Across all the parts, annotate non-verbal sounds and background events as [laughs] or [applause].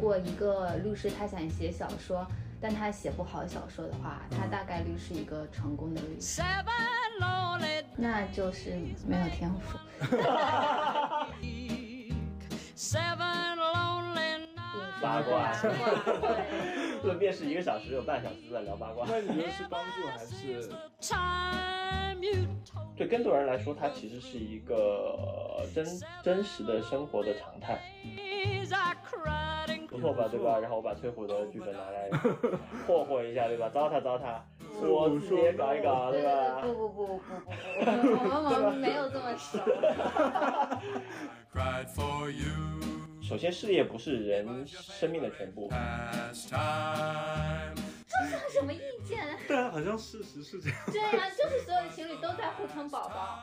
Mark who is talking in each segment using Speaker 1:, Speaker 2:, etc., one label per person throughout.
Speaker 1: 过一个律师，他想写小说，但他写不好小说的话，他大概率是一个成功的律师，
Speaker 2: Seven lonely
Speaker 1: 那就是没有天赋。
Speaker 2: seven lonely nights.
Speaker 3: 八卦
Speaker 4: [laughs]
Speaker 1: 对，
Speaker 4: 论面试一个小时，有半小时都在聊八卦。
Speaker 3: 那你觉得是帮助还是
Speaker 2: Time you told
Speaker 4: 对更多人来说，它其实是一个呃真真实的生活的常态，
Speaker 2: me I cried and
Speaker 4: 不错吧，对吧？然后我把崔虎的剧本拿来霍霍一下，对吧？糟蹋糟蹋，
Speaker 3: 崔
Speaker 4: 我
Speaker 3: 虎
Speaker 4: 自己
Speaker 3: 说
Speaker 4: 也搞一搞，
Speaker 1: 对对
Speaker 4: 吧？
Speaker 1: [laughs] 对，不不不不不不，我们我们没有这么熟。
Speaker 5: I cried for you
Speaker 4: 首先，事业不是人生命的全部。
Speaker 5: past time.
Speaker 1: 什么意见？
Speaker 3: [laughs] 但好像事实是这样。
Speaker 1: 对呀、就是所有的情侣都在互坑宝宝。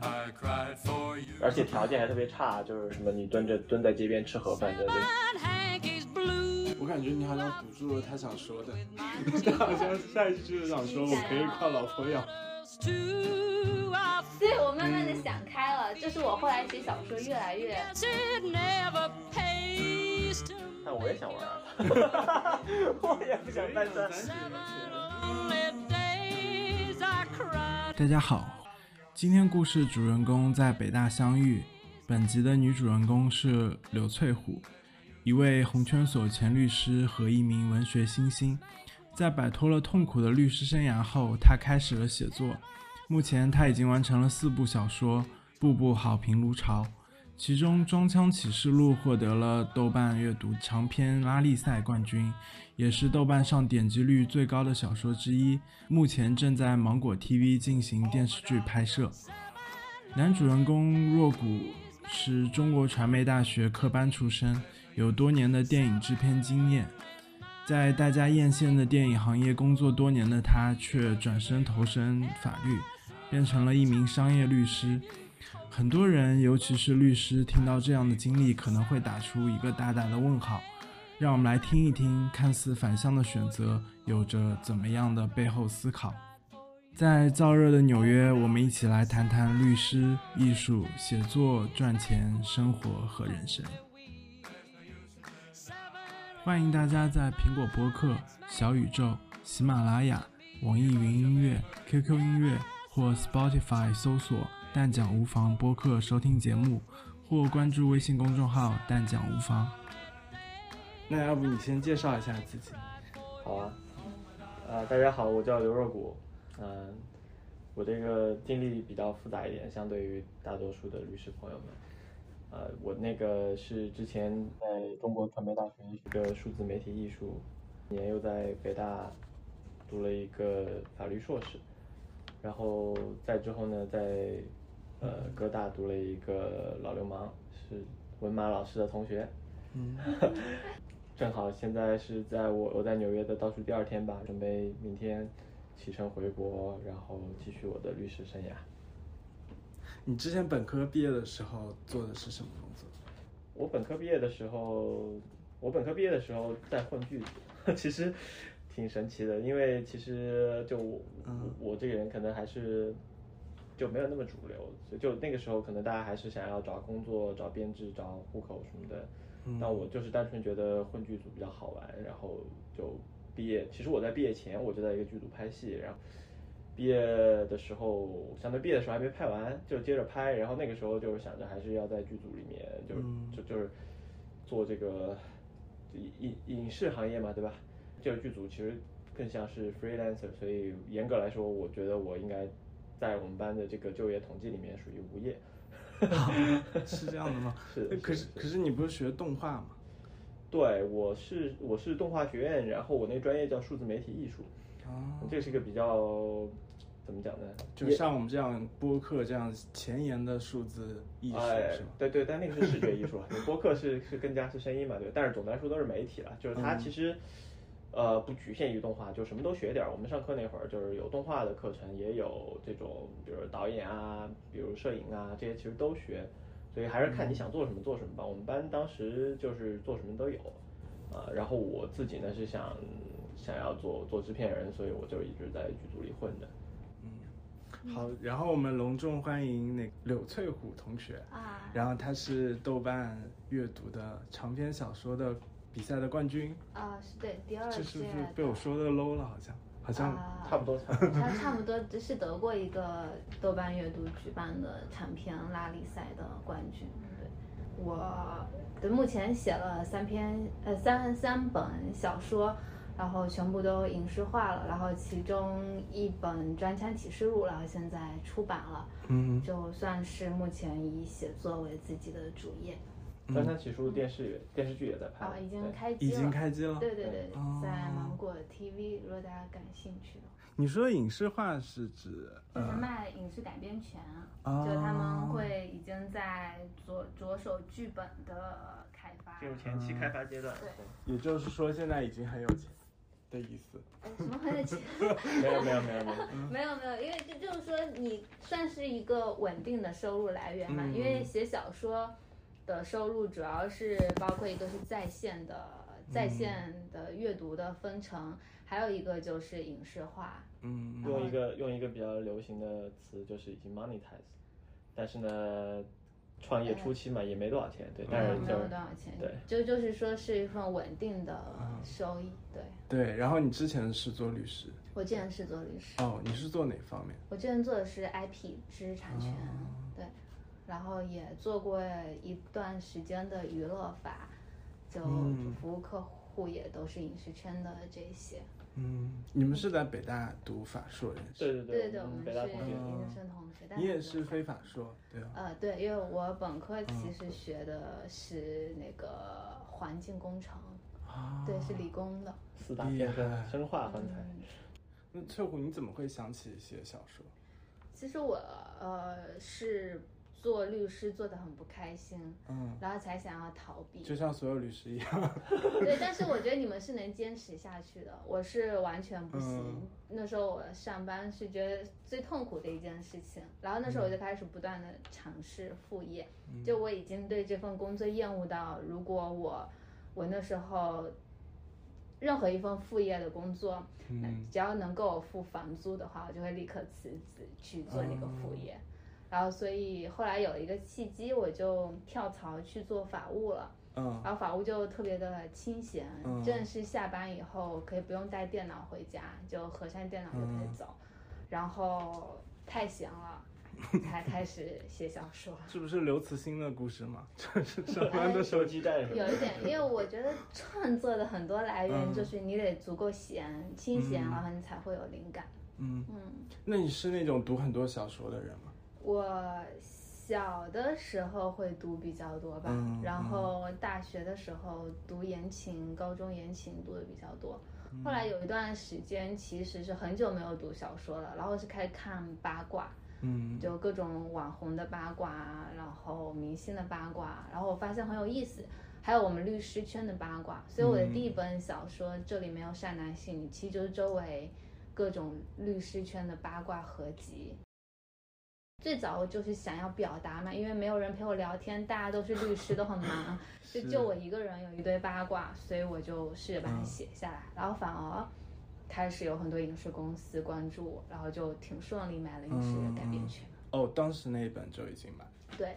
Speaker 5: I cried for you.
Speaker 4: 而且条件还特别差，就是什么你蹲着蹲在街边吃盒饭，对不对？
Speaker 2: hankies blue.
Speaker 3: 我感觉你好像堵住了他想说 [laughs] 的，他好像下一句就是想说我可以靠老婆养。
Speaker 2: Us two, I
Speaker 1: 所以我慢慢的想开了，就是我后来写小说越来越，
Speaker 2: guess it never pays to
Speaker 4: 但我也想玩啊， [laughs] 我也不想单身。
Speaker 2: lonely days. I cried
Speaker 6: 大家好，今天故事主人公在北大相遇。本集的女主人公是刘翠虎，一位红圈所前律师和一名文学新星。在摆脱了痛苦的律师生涯后，她开始了写作。目前，她已经完成了四部小说，步步好评如潮。其中，《装腔启示录》获得了豆瓣阅读长篇拉力赛冠军，也是豆瓣上点击率最高的小说之一。目前正在芒果 TV 进行电视剧拍摄。男主人公若谷是中国传媒大学科班出身，有多年的电影制片经验。在大家艳羡的电影行业工作多年的他，却转身投身法律，变成了一名商业律师。很多人，尤其是律师，听到这样的经历，可能会打出一个大大的问号。让我们来听一听，看似反向的选择有着怎么样的背后思考。在燥热的纽约，我们一起来谈谈律师、艺术、写作、赚钱、生活和人生。欢迎大家在苹果播客、小宇宙、喜马拉雅、网易云音乐、QQ 音乐或 Spotify 搜索“但讲无妨”播客收听节目，或关注微信公众号“但讲无妨”。那要不你先介绍一下自己？
Speaker 4: 好啊，呃，大家好，我叫刘若谷，嗯、我这个经历比较复杂一点，相对于大多数的律师朋友们。呃，我那个是之前在中国传媒大学一个数字媒体艺术，今年又在北大读了一个法律硕士，然后在之后呢，在呃哥大读了一个老流氓，是文马老师的同学，正好现在是在我我在纽约的倒数第二天吧，准备明天启程回国，然后继续我的律师生涯。
Speaker 3: 你之前本科毕业的时候做的是什么工作？
Speaker 4: 我本科毕业的时候，我本科毕业的时候在混剧 [laughs] 组，其实挺神奇的，因为其实就我、我我这个人可能还是就没有那么主流，所以就那个时候可能大家还是想要找工作、找编制、找户口什么的。但我就是单纯觉得混剧组比较好玩，然后就毕业。其实我在毕业前我就在一个剧组拍戏，然后毕业的时候，相对毕业的时候还没拍完，就接着拍。然后那个时候就是想着还是要在剧组里面，就是、就就是做这个影影影视行业嘛，对吧？这个剧组其实更像是 freelancer，所以严格来说，我觉得我应该在我们班的这个就业统计里面属于无业。
Speaker 3: [laughs] 是这样的吗？
Speaker 4: 是的
Speaker 3: [laughs] 呃可是
Speaker 4: 是的
Speaker 3: 可是你不是学动画吗？
Speaker 4: 对，我是我是动画学院，然后我那个专业叫数字媒体艺术，
Speaker 3: 啊，
Speaker 4: 这是一个比较怎么讲呢？
Speaker 3: 就像我们这样播客这样前沿的数字艺术
Speaker 4: 哎
Speaker 3: 是吗？
Speaker 4: 对对，但那个是视觉艺术了，你播客是是更加是声音嘛，对。但是总的来说都是媒体了，就是
Speaker 3: 嗯
Speaker 4: 它其实、呃不局限于动画，就什么都学点儿。我们上课那会儿就是有动画的课程，也有这种比如导演啊，比如摄影啊这些其实都学，所以还是
Speaker 3: 嗯
Speaker 4: 看你想做什么做什么吧。我们班当时就是做什么都有，啊、然后我自己呢是想想要做做制片人，所以我就一直在剧组里混着。
Speaker 3: 好，然后我们隆重欢迎那个柳翠虎同学，
Speaker 1: 啊，
Speaker 3: 然后他是豆瓣阅读的长篇小说的比赛的冠军，
Speaker 1: 啊，是对，第二
Speaker 3: 这
Speaker 1: 届
Speaker 3: 是不是被我说的 low 了？好像，好
Speaker 1: 的
Speaker 3: 像，
Speaker 1: 啊
Speaker 4: 差不多，差
Speaker 3: [laughs]
Speaker 4: 不多。
Speaker 1: 他差不多是得过一个豆瓣阅读举办的长篇拉力赛的冠军。对，我对目前写了三篇，呃，三三本小说，然后全部都影视化了，然后其中一本《专刊启示录》，然后现在出版了，
Speaker 3: 嗯，
Speaker 1: 就算是目前以写作为自己的主业
Speaker 4: 《
Speaker 3: 嗯
Speaker 4: 端山起书》电视也电视剧也在拍，
Speaker 1: 啊，已经
Speaker 4: 对
Speaker 1: 开机
Speaker 3: 已
Speaker 1: 了，
Speaker 3: 经开机了。
Speaker 1: 对对对，
Speaker 3: 哦
Speaker 1: 在芒果 TV，如果大家感兴趣的话。
Speaker 3: 你说影视化是
Speaker 1: 就
Speaker 3: 指，
Speaker 1: 是
Speaker 3: 呃，
Speaker 1: 卖影视改编权，
Speaker 3: 啊
Speaker 1: 就他们会已经在着着手剧本的开发。
Speaker 4: 进入前期开发阶段。
Speaker 1: 对
Speaker 3: 也就是说现在已经很有钱的意思。
Speaker 1: 呃 [laughs] 什么很有钱？
Speaker 4: 没有没有没有没有，
Speaker 3: 嗯
Speaker 1: 没有没有，因为就就是说你算是一个稳定的收入来源嘛，
Speaker 3: 嗯
Speaker 1: 因为写小说的收入主要是包括一个是在线的
Speaker 3: 嗯
Speaker 1: 在线的阅读的分成，还有一个就是影视化。
Speaker 3: 嗯，
Speaker 4: 用一个用一个比较流行的词就是已经 monetize，但是呢，创业初期嘛也没多少钱，对，但
Speaker 1: 没有嗯没
Speaker 3: 嗯
Speaker 4: 是就
Speaker 1: 有多少钱，
Speaker 4: 对，
Speaker 1: 就就是说是一份稳定的
Speaker 3: 嗯
Speaker 1: 收益。对
Speaker 3: 对。然后你之前是做律师，
Speaker 1: 我之前是做律师。
Speaker 3: 哦，你是做哪方面？
Speaker 1: 我之前做的是 IP 知识产权，
Speaker 3: 哦
Speaker 1: 对，然后也做过一段时间的娱乐法，就
Speaker 3: 嗯
Speaker 1: 服务客户也都是影视圈的这些。
Speaker 3: 嗯，你们是在北大读法硕人士，
Speaker 4: 对对
Speaker 1: 对对对，
Speaker 4: 我
Speaker 1: 我
Speaker 4: 们
Speaker 1: 们
Speaker 4: 北大
Speaker 1: 是
Speaker 4: 同学，
Speaker 1: 研究生同学，但
Speaker 3: 嗯你也
Speaker 1: 我
Speaker 3: 是非法嗯硕，对吧？
Speaker 1: 呃对，因为我本科其实学的是那个环境工程，
Speaker 3: 啊
Speaker 1: 对，是理工的。
Speaker 4: 四大天
Speaker 3: 厉害
Speaker 4: 坑，生化环材，
Speaker 1: 嗯
Speaker 3: 那翠虎，你怎么会想起写小说？
Speaker 1: 其实我呃是做律师做的很不开心，
Speaker 3: 嗯，
Speaker 1: 然后才想要逃避。
Speaker 3: 就像所有律师一样，
Speaker 1: 对，但是我觉得你们是能坚持下去的，我是完全不行。
Speaker 3: 嗯
Speaker 1: 那时候我上班是觉得最痛苦的一件事情，然后那时候我就开始不断的尝试副业，就我已经对这份工作厌恶到，如果我我那时候任何一份副业的工作，那
Speaker 3: 嗯
Speaker 1: 只要能够付房租的话，我就会立刻辞职去做那个副业。
Speaker 3: 哦
Speaker 1: 然后，所以后来有一个契机，我就跳槽去做法务了。
Speaker 3: 嗯，
Speaker 1: 然后法务就特别的清闲，
Speaker 3: 嗯
Speaker 1: 真的是下班以后可以不用带电脑回家，就合上电脑就可
Speaker 3: 嗯
Speaker 1: 以走。然后太闲了，才开始写小说。
Speaker 3: 是不是刘慈欣的故事嘛？ [laughs] 这是上班
Speaker 1: 哎
Speaker 3: 的时候
Speaker 4: [laughs] 收鸡蛋什么
Speaker 1: 有
Speaker 4: 的，
Speaker 1: 一点，因为我觉得创作的很多来源
Speaker 3: 嗯
Speaker 1: 就是你得足够闲、清闲，
Speaker 3: 嗯
Speaker 1: 然后你才会有灵感。
Speaker 3: 嗯，
Speaker 1: 嗯，
Speaker 3: 那你是那种读很多小说的人吗？
Speaker 1: 我小的时候会读比较多吧，
Speaker 3: 嗯
Speaker 1: 然
Speaker 3: 嗯
Speaker 1: 后大学的时候读言情，高中言情读的比较多。
Speaker 3: 嗯
Speaker 1: 后来有一段时间，其实是很久没有读小说了，然后是开始看八卦，
Speaker 3: 嗯，
Speaker 1: 就各种网红的八卦啊，然后明星的八卦，啊然后我发现很有意思，还有我们律师圈的八卦。所以我
Speaker 3: 嗯
Speaker 1: 的第一本小说《这里没有善男信女》，其实就是周围各种律师圈的八卦合集。最早我就是想要表达嘛，因为没有人陪我聊天，大家都是律师，都很忙，就是就我一个人有一堆八卦，所以我就试着把它写下来，然后反而开始有很多影视公司关注我，然后就挺顺利买了影视改编权。
Speaker 3: 哦，当时那一本就已经买了，
Speaker 1: 对，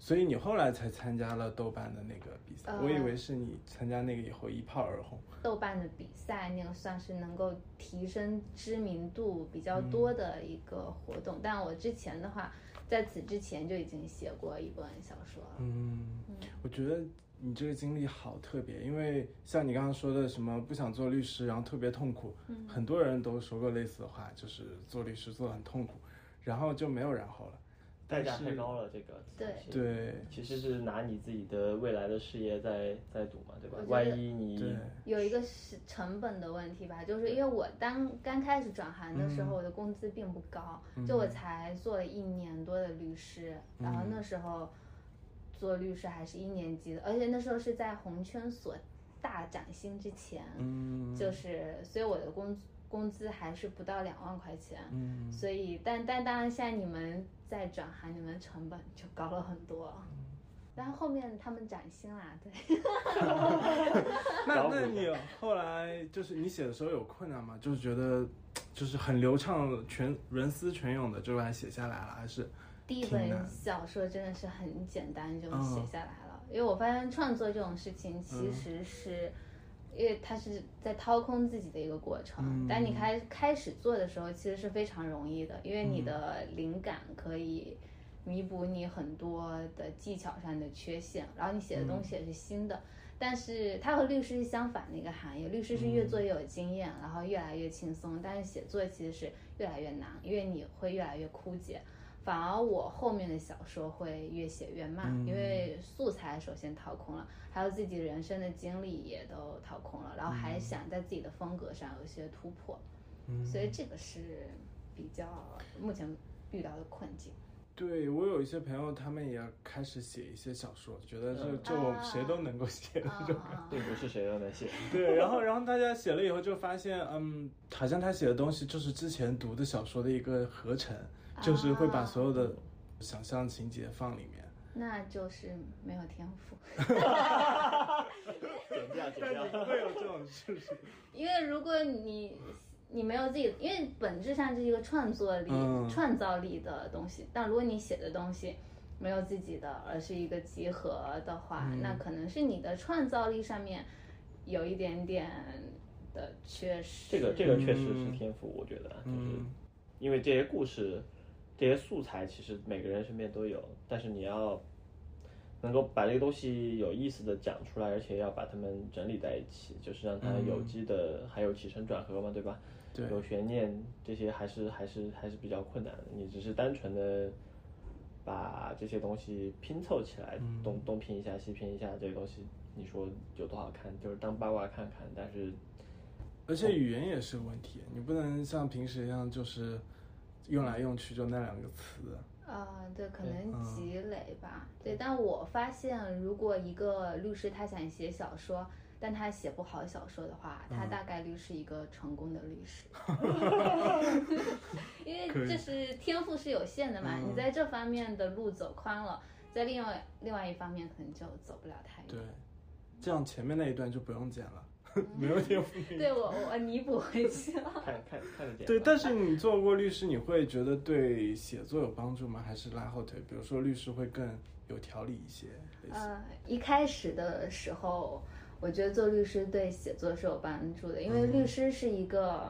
Speaker 3: 所以你后来才参加了豆瓣的那个比赛，
Speaker 1: 呃
Speaker 3: 我以为是你参加那个以后一炮而红。
Speaker 1: 豆瓣的比赛那个算是能够提升知名度比较多的一个活动，但我之前的话，在此之前就已经写过一本小说了。
Speaker 3: 嗯，我觉得你这个经历好特别，因为像你刚刚说的什么不想做律师，然后特别痛苦，很多人都说过类似的话，就是做律师做得很痛苦，然后就没有然后了。
Speaker 4: 代价
Speaker 3: 但是
Speaker 4: 太高了，这个
Speaker 1: 对
Speaker 4: 其实，
Speaker 3: 对
Speaker 4: 其实是拿你自己的未来的事业在在赌嘛，对
Speaker 1: 我
Speaker 4: 吧
Speaker 1: 觉？得
Speaker 4: 万一你
Speaker 3: 对，
Speaker 1: 有一个是成本的问题吧，就是因为我当刚开始转行的时候，
Speaker 3: 嗯
Speaker 1: 我的工资并不高，就我才做了一年多的律师，
Speaker 3: 嗯
Speaker 1: 然后那时候做律师还是一年级的，而且那时候是在红圈所大涨薪之前，
Speaker 3: 嗯，
Speaker 1: 就是所以我的工工资还是不到两万块钱，
Speaker 3: 嗯，
Speaker 1: 所以但但当然现在你们在转行，你们成本就高了很多，
Speaker 3: 嗯
Speaker 1: 但后面他们涨薪啦，对。
Speaker 3: 那那你后来就是你写的时候有困难吗？就是觉得就是很流畅、全文思泉涌的就把它写下来了，还是
Speaker 1: 第一
Speaker 3: 挺
Speaker 1: 本
Speaker 3: 难
Speaker 1: 小说真的是很简单就
Speaker 3: 嗯
Speaker 1: 写下来了，因为我发现创作这种事情其实是，因为它是在掏空自己的一个过程。
Speaker 3: 嗯
Speaker 1: 但你开开始做的时候，其实是非常容易的，因为
Speaker 3: 嗯
Speaker 1: 你的灵感可以弥补你很多的技巧上的缺陷，然后你写的东
Speaker 3: 嗯
Speaker 1: 西也是新的。但是它和律师是相反的一个行业，律师是越做越有经验，然后越来越轻松，但是写作其实是越来越难，因为你会越来越枯竭。反而我后面的小说会越写越慢，因为素材首先掏空了，还有自己人生的经历也都掏空了，然后还想在自己的风格上有一些突破，所以这个是比较目前遇到的困境。
Speaker 3: 对我有一些朋友，他们也开始写一些小说，觉得这
Speaker 4: 嗯
Speaker 3: 这我谁都能够
Speaker 1: [laughs]
Speaker 3: 写的那种。
Speaker 1: 啊
Speaker 4: 并不是谁
Speaker 1: [laughs]
Speaker 4: 都能写。
Speaker 3: 对，然后然后大家写了以后就发现，嗯，好像他写的东西就是之前读的小说的一个合成，就是会把所有的想象情节放 [laughs] 里面。
Speaker 1: 那就是没有天赋，
Speaker 4: 减掉减
Speaker 3: 但
Speaker 4: 掉 [laughs]
Speaker 3: 是。会有这种事情，
Speaker 1: 因为如果你你没有自己，因为本质上这是一个创作力、
Speaker 3: 嗯
Speaker 1: 创造力的东西。但如果你写的东西没有自己的，而是一个集合的话，那可能是你的创造力上面有一点点的缺失。
Speaker 4: 这个这个确实是
Speaker 3: 嗯
Speaker 4: 天赋，我觉得就是
Speaker 3: 嗯
Speaker 4: 因为这些故事、这些素材，其实每个人身边都有，但是你要能够把这个东西有意思的讲出来，而且要把它们整理在一起，就是让它有机的，还有起承转合嘛，对吧？
Speaker 3: 嗯对
Speaker 4: 有悬念这些还是还是还是比较困难的。你只是单纯的把这些东西拼凑起来，
Speaker 3: 嗯
Speaker 4: 东东拼一下西拼一下，这个东西你说有多好看，就是当八卦看看，但是。
Speaker 3: 而且语言也是个问题，你不能像平时一样就是用来用去就那两个词。
Speaker 1: 啊、对，可能积累吧。对，但我发现，如果一个律师他想写小说，但他写不好小说的话，他大概率是一个成功的律师，因
Speaker 3: 可
Speaker 1: 为
Speaker 3: 以
Speaker 1: 这是天赋是有限的嘛。你在这方面的路走宽了，在另外另外一方面可能就走不了太
Speaker 3: 对
Speaker 1: 远。，
Speaker 3: 这样前面那一段就不用剪了， [laughs] 没有
Speaker 4: 嗯
Speaker 3: 天赋。
Speaker 1: 对我我我弥补回去了。
Speaker 4: 看看看得见。
Speaker 3: 对，但是你做过律师，你会觉得对写作有帮助吗？还是拉后腿？比如说律师会更有条理一些，类似
Speaker 1: 呃，一开始的时候，我觉得做律师对写作是有帮助的，因
Speaker 3: 嗯
Speaker 1: 为律师是一个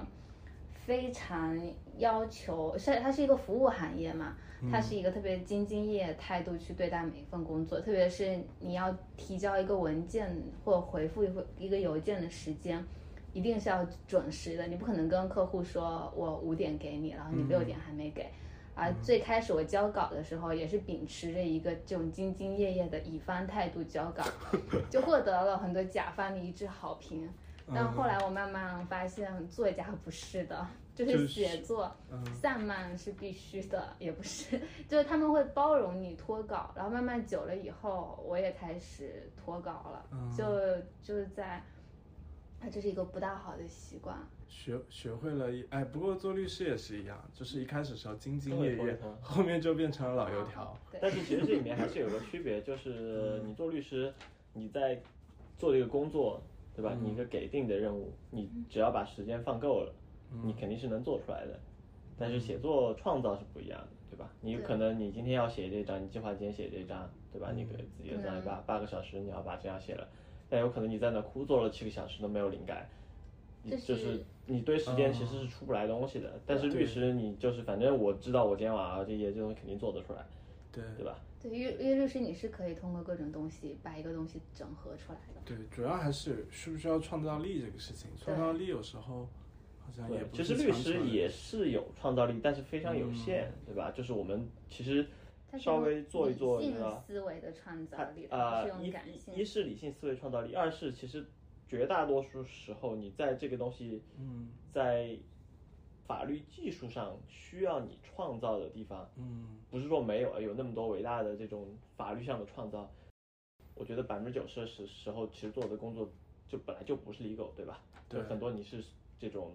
Speaker 1: 非常要求，是它是一个服务行业嘛，
Speaker 3: 嗯
Speaker 1: 它是一个特别兢兢业业态度去对待每一份工作，特别是你要提交一个文件或回复一份一个邮件的时间。一定是要准时的，你不可能跟客户说我五点给你，然后你六点还没给，啊，最开始我交稿的时候，也是秉持着一个这种兢兢业业的乙方态度交稿， [laughs] 就获得了很多甲方的一致好评。但后来我慢慢发现，作家不是的，就
Speaker 3: 就是是
Speaker 1: 写作、散漫是必须的，也不是， [laughs] 就是他们会包容你脱稿。然后慢慢久了以后，我也开始脱稿了，就就是在，啊，这是一个不大好的习惯。
Speaker 3: 学学会了一，哎，不过做律师也是一样，就是一开始时候兢兢业
Speaker 4: 都会拖着
Speaker 3: 业
Speaker 4: 它，
Speaker 3: 后面就变成了老
Speaker 4: 啊
Speaker 3: 油条。
Speaker 4: 但
Speaker 1: 对，
Speaker 4: 是其实这里面还是有个区别，就是你做律师，你在做这个工作，对吧？你一个给定的任务，你只要把时间放够了，你肯定是能做出来的。但是写作创造是不一样的，嗯对吧？你有可能你今天要写这章，你计划今天写这章，嗯对啊吧？你给自己的算八八个小时，你要把这样写了，但有可能你在那哭坐了七个小时都没有灵感，你
Speaker 1: 这
Speaker 4: 就是是哦啊你对时间其实是出不来东西的。但是律师你就是反正我知道我今天晚上这些这东西肯定做得出来，
Speaker 3: 对
Speaker 4: 对吧？
Speaker 1: 对，因为因为律师你是可以通过各种东西把一个东西整合出来的。
Speaker 3: 对，主要还是需不需要创造力这个事情，创造力有时候好像也
Speaker 4: 对，
Speaker 3: 不
Speaker 4: 其
Speaker 3: 是
Speaker 4: 实律
Speaker 3: 强
Speaker 4: 师
Speaker 3: 求的嗯
Speaker 4: 也是有创造力，但是非常有限，对吧？就是我们其实稍微做一做，
Speaker 1: 理
Speaker 4: 你知
Speaker 1: 性
Speaker 4: 道，
Speaker 1: 思维的创造
Speaker 4: 它
Speaker 1: 力，它
Speaker 4: 啊
Speaker 1: 不是，
Speaker 4: 一
Speaker 1: 用感性
Speaker 4: 一一是理性思维创造力，二是其实绝大多数时候你在这个东西，嗯，在法律技术上需要你创造的地方，
Speaker 3: 嗯，
Speaker 4: 不是说没有，有那么多伟大的这种法律上的创造。我觉得百分之九十的时时候，其实做的工作就本来就不是 legal，对吧？
Speaker 3: 对
Speaker 4: 就很多你是这种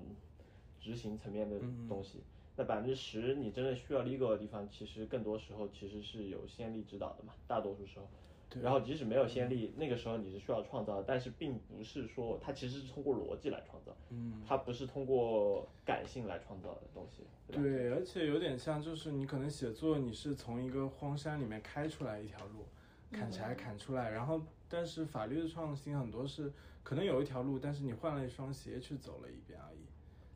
Speaker 4: 执行层面的
Speaker 3: 嗯
Speaker 4: 东西。那百分之十你真的需要 legal 的地方，其实更多时候其实是有先例指导的嘛，大多数时候。
Speaker 3: 对
Speaker 4: 然后即使没有先例，那个时候你是需要创造的，但是并不是说它其实是通过逻辑来创造，
Speaker 3: 嗯，
Speaker 4: 它不是通过感性来创造的东西，对吧？
Speaker 3: 对，而且有点像，就是你可能写作，你是从一个荒山里面开出来一条路，
Speaker 4: 嗯
Speaker 3: 砍柴砍出来，然后但是法律的创新很多是可能有一条路，但是你换了一双鞋去走了一遍而已，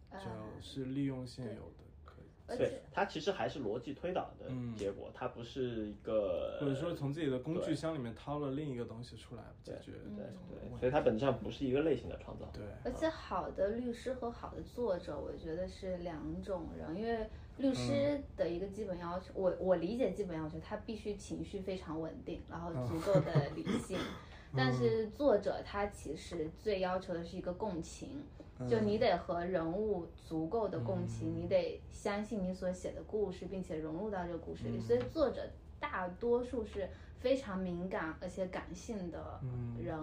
Speaker 1: 呃
Speaker 3: 就是利用现有的可以，
Speaker 1: 而
Speaker 4: 啊对
Speaker 1: 且，
Speaker 4: 它其实还是逻辑推导的
Speaker 3: 嗯
Speaker 4: 结果，它不是一个
Speaker 3: 或者说从自己的工具
Speaker 4: 对
Speaker 3: 箱里面掏了另一个东西出来解
Speaker 4: 对
Speaker 3: 决
Speaker 4: 对
Speaker 1: 嗯
Speaker 3: 这种
Speaker 4: 对，
Speaker 3: 问
Speaker 4: 所
Speaker 3: 题。
Speaker 4: 以它本质上不是一个类型的创造。
Speaker 3: 对， [laughs]
Speaker 1: 而且好的律师和好的作者，我觉得是两种人，因为律师的一个基本要求，我我理解基本要求，他必须情绪非常稳定，然后足够的理性。但是作者他其实最要求的是一个共情，就你得和人物足够的共情，你得相信你所写的故事，并且融入到这个故事里。所以作者大多数是非常敏感而且感性的
Speaker 3: 嗯
Speaker 1: 人，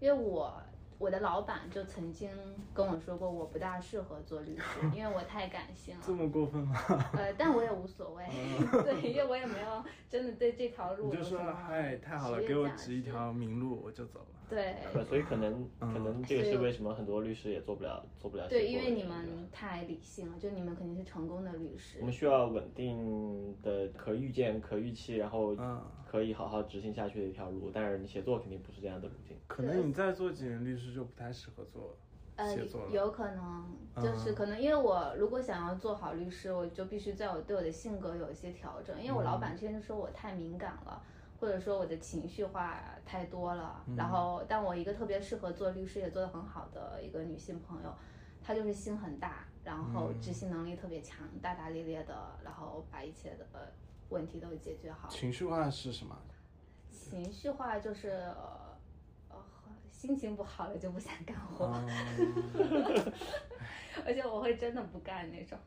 Speaker 1: 因为我我的老板就曾经跟我说过，我不大适合做律师，因为我太感性
Speaker 3: 这
Speaker 1: 了。
Speaker 3: 么过分吗？ [laughs]
Speaker 1: 呃，但我也无所谓， [laughs] 对，因为我也没有真的对这条
Speaker 3: 你
Speaker 1: 路
Speaker 3: 就
Speaker 1: 有什
Speaker 3: 说
Speaker 1: 么
Speaker 3: 嗨，太好了，
Speaker 1: 职业
Speaker 3: 给我
Speaker 1: 价
Speaker 3: 指一
Speaker 1: 值
Speaker 3: 条明路，我就走了。
Speaker 1: 对。
Speaker 4: 对，所以可能
Speaker 3: 嗯
Speaker 4: 可能这个
Speaker 1: 所
Speaker 4: 是
Speaker 1: 以
Speaker 4: 为什么很多律师也做不了做不了
Speaker 1: 对，
Speaker 4: 写
Speaker 1: 因
Speaker 4: 作
Speaker 1: 为
Speaker 4: 的
Speaker 1: 你
Speaker 4: 原对吧
Speaker 1: 们太理性了，就你们肯定是成功的律师
Speaker 4: 我。们需要稳定的、可预见、可预期，然后
Speaker 3: 嗯，
Speaker 4: 可以好好执行下去的一条路。但是你写作肯定不是这样的路径。
Speaker 3: 可能你再做几年律师就不太适合做
Speaker 1: 呃
Speaker 3: 写作，了。
Speaker 1: 有可能就是
Speaker 3: 嗯
Speaker 1: 可能，因为我如果想要做好律师，我就必须在我对我的性格有一些调整，因为我老
Speaker 3: 嗯
Speaker 1: 板之前就说我太敏感了，或者说我的情绪化太多了。
Speaker 3: 嗯
Speaker 1: 然后，但我一个特别适合做律师也做得很好的一个女性朋友，她就是心很大，然后
Speaker 3: 嗯
Speaker 1: 执行能力特别强，大大咧咧的，然后把一切的问题都解决好。
Speaker 3: 情绪化是什么？
Speaker 1: 情绪化就是。呃呃心情不好了就不想干活，
Speaker 4: 哦
Speaker 1: [laughs] 而且我会真的不干那种。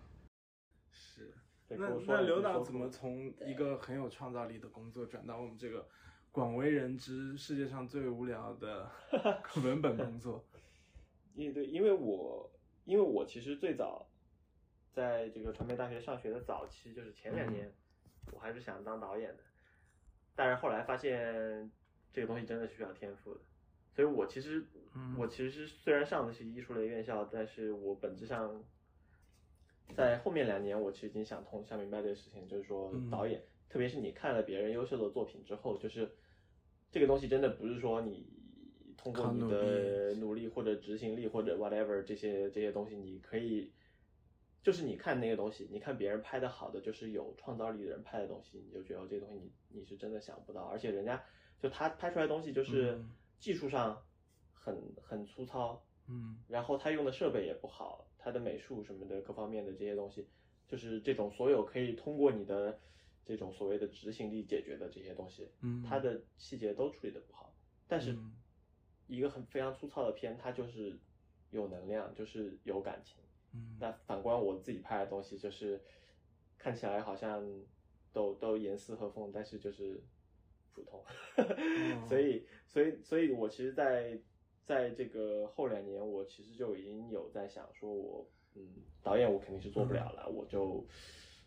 Speaker 3: 是。
Speaker 4: 对
Speaker 3: 那
Speaker 4: 跟我说
Speaker 3: 那
Speaker 4: 了
Speaker 3: 刘
Speaker 4: 你
Speaker 3: 导
Speaker 4: 说
Speaker 3: 怎么从一个很有创造力的工作转到我们这个广为人知、世界上最无聊的文本工作？
Speaker 4: 因对，因为我因为我其实最早在这个传媒大学上学的早期，就是前
Speaker 3: 嗯
Speaker 4: 两年，我还是想当导演的，但是后来发现这个东西真的需要天赋的，所以我其实、
Speaker 3: 嗯
Speaker 4: 我其实虽然上的是艺术类院校，但是我本质上在后面两年，我其实已经想通想明白这个事情，就是说
Speaker 3: 嗯
Speaker 4: 导演，特别是你看了别人优秀的作品之后，就是这个东西真的不是说你。通过
Speaker 3: 靠
Speaker 4: 你
Speaker 3: 努
Speaker 4: 的
Speaker 3: 力
Speaker 4: 努力或者执行力或者 whatever 这些这些东西，你可以，就是你看那个东西，你看别人拍的好的，就是有创造力的人拍的东西，你就觉得哦这个东西你你是真的想不到，而且人家就他拍出来的东西就是
Speaker 3: 嗯
Speaker 4: 技术上很很粗糙，
Speaker 3: 嗯
Speaker 4: 然后他用的设备也不好，他的美术什么的各方面的这些东西，就是这种所有可以通过你的这种所谓的执行力解决的这些东西，
Speaker 3: 嗯，
Speaker 4: 它的细节都处理的不好。但是
Speaker 3: 嗯
Speaker 4: 一个很非常粗糙的片，它就是有能量，就是有感情。
Speaker 3: 嗯
Speaker 4: 那反观我自己拍的东西，就是看起来好像都都严丝合缝，但是就是普通。
Speaker 3: 哦
Speaker 4: [laughs] 所以，所以，所以我其实在，在这个后两年，我其实就已经有在想，说我嗯，导演我肯定是做不了了，我就。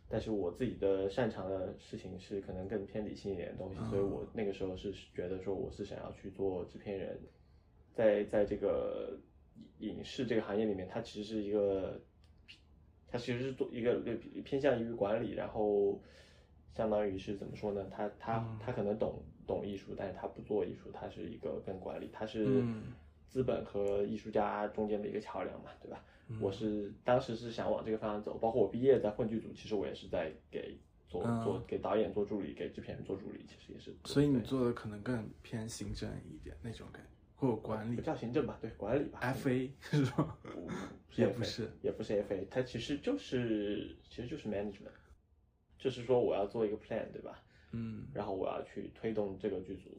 Speaker 4: 但是我自己的擅长的事情是可能更偏理性一点的东西，所以我那个时候是觉得说我是想要去做制片人，在在这个影视这个行业里面，它其实是一个，它其实是做一个偏向于管理，然后相当于是怎么说呢？他他他可能懂懂艺术，但是他不做艺术，他是一个更管理，他是
Speaker 3: 嗯
Speaker 4: 资本和艺术家中间的一个桥梁嘛，对吧？
Speaker 3: 嗯
Speaker 4: 我是当时是想往这个方向走，包括我毕业在混剧组，其实我也是在给做
Speaker 3: 嗯
Speaker 4: 做给导演做助理，给制片人做助理，其实也是。
Speaker 3: 所以你
Speaker 4: 对
Speaker 3: 做的可能更偏行政一点那种感觉，或者管
Speaker 4: 不
Speaker 3: 理
Speaker 4: 叫行政吧，对管理吧
Speaker 3: FA 是吧？[laughs]
Speaker 4: 也
Speaker 3: 也不是，
Speaker 4: 也不是 FA，它其实就是其实就是 management，就是说我要做一个 plan，对吧？
Speaker 3: 嗯
Speaker 4: 然后我要去推动这个剧组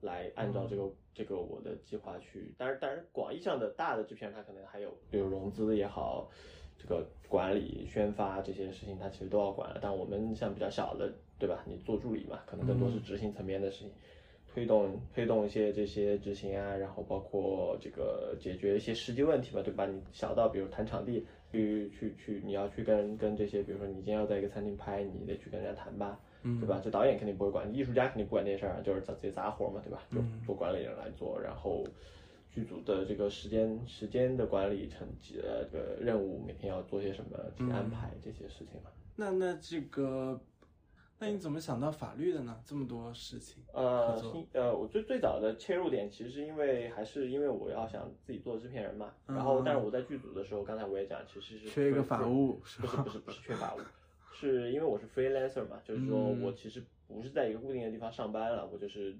Speaker 4: 来按照这个、这个我的计划去。当然，当然广义上的大的制片人，他可能还有比如融资也好，这个管理、宣发这些事情，他其实都要管了。但我们像比较小的，对吧？你做助理嘛，可能更多是执行层面的事情。推动推动一些这些执行啊，然后包括这个解决一些实际问题吧，对吧？你小到比如谈场地，去去去，你要去跟跟这些，比如说你今天要在一个餐厅拍，你得去跟人家谈吧，
Speaker 3: 嗯
Speaker 4: 对吧？这导演肯定不会管，艺术家肯定不管这些事儿，啊就是自己杂活嘛，对吧？就不管理人来做，然后剧组的这个时间时间的管理、成绩呃这个任务，每天要做些什么去安排这些事情嘛。
Speaker 3: 那那这个，那你怎么想到法律的呢？这么多事情，合
Speaker 4: 呃，
Speaker 3: 作
Speaker 4: 是因呃，我最最早的切入点其实是因为还是因为我要想自己做制片人嘛，然后
Speaker 3: 嗯
Speaker 4: 但是我在剧组的时候，刚才我也讲，其实是
Speaker 3: 缺一个
Speaker 4: free-
Speaker 3: 法
Speaker 4: free-
Speaker 3: 务
Speaker 4: 不
Speaker 3: 是
Speaker 4: 是
Speaker 3: 吧
Speaker 4: 不是不是缺法务，是因为我是 freelancer 嘛，就是说
Speaker 3: 嗯
Speaker 4: 我其实不是在一个固定的地方上班了，我就是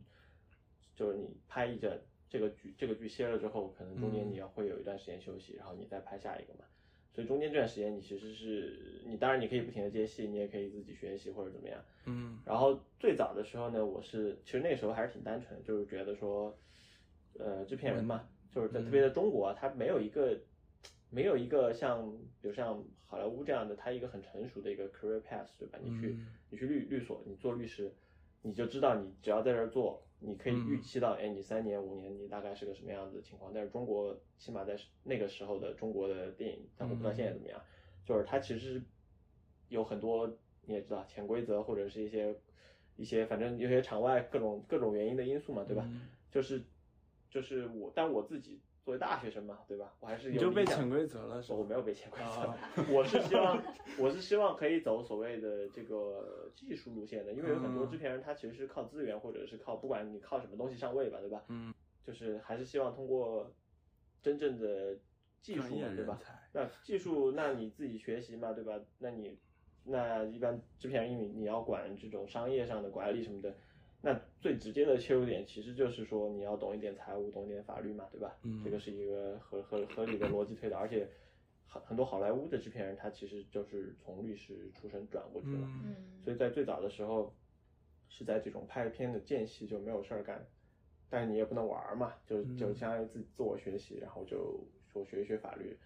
Speaker 4: 就是你拍一个这个剧这个剧歇了之后，可能中间
Speaker 3: 嗯
Speaker 4: 你要会有一段时间休息，然后你再拍下一个嘛。所以中间这段时间，你其实是你当然你可以不停的接戏，你也可以自己学习或者怎么样，
Speaker 3: 嗯
Speaker 4: 然后最早的时候呢，我是其实那个时候还是挺单纯的，就是觉得说，呃，制片人嘛，就是在特别在中国啊，他没有一个没有一个像比如像好莱坞这样的，他一个很成熟的一个 career path，对吧？你去、
Speaker 3: 嗯
Speaker 4: 你去律律所，你做律师，你就知道你只要在这儿做，你可以
Speaker 3: 嗯
Speaker 4: 预期到，哎，你三年五年你大概是个什么样子的情况。但是中国起码在那个时候的中国的电影，但我不知道
Speaker 3: 嗯
Speaker 4: 现在怎么样。就是它其实有很多你也知道潜规则或者是一些一些反正有些场外各种各种原因的因素嘛，对吧？
Speaker 3: 嗯
Speaker 4: 就是就是我，但我自己作为大学生嘛，对吧？我还是有
Speaker 3: 你就被
Speaker 4: 理想
Speaker 3: 潜规则了是吧
Speaker 4: 我没有被潜规
Speaker 3: 啊
Speaker 4: 则，我是
Speaker 3: [laughs]
Speaker 4: 希望我是希望可以走所谓的这个技术路线的，因为有很多
Speaker 3: 嗯
Speaker 4: 制片人他其实是靠资源或者是靠不管你靠什么东西上位吧，对吧？
Speaker 3: 嗯，
Speaker 4: 就是还是希望通过真正的技术
Speaker 3: 专业
Speaker 4: 嘛，对
Speaker 3: 人
Speaker 4: 吧？
Speaker 3: 才，
Speaker 4: 那技术，那你自己学习嘛，对吧？那你那一般制片人，你你要管这种商业上的管理什么的，那最直接的切入点其实就是说你要懂一点财务，懂一点法律嘛，对吧？
Speaker 3: 嗯
Speaker 4: 这个是一个合合合理的逻辑推导，而且很很多好莱坞的制片人他其实就是从律师出身转过去的嘛，
Speaker 3: 嗯
Speaker 1: 嗯
Speaker 4: 所以在最早的时候，是在这种拍片的间隙就没有事儿干，但是你也不能玩儿嘛，就
Speaker 3: 嗯
Speaker 4: 就相当于自己自我学习，然后就说学一学法律，
Speaker 3: 嗯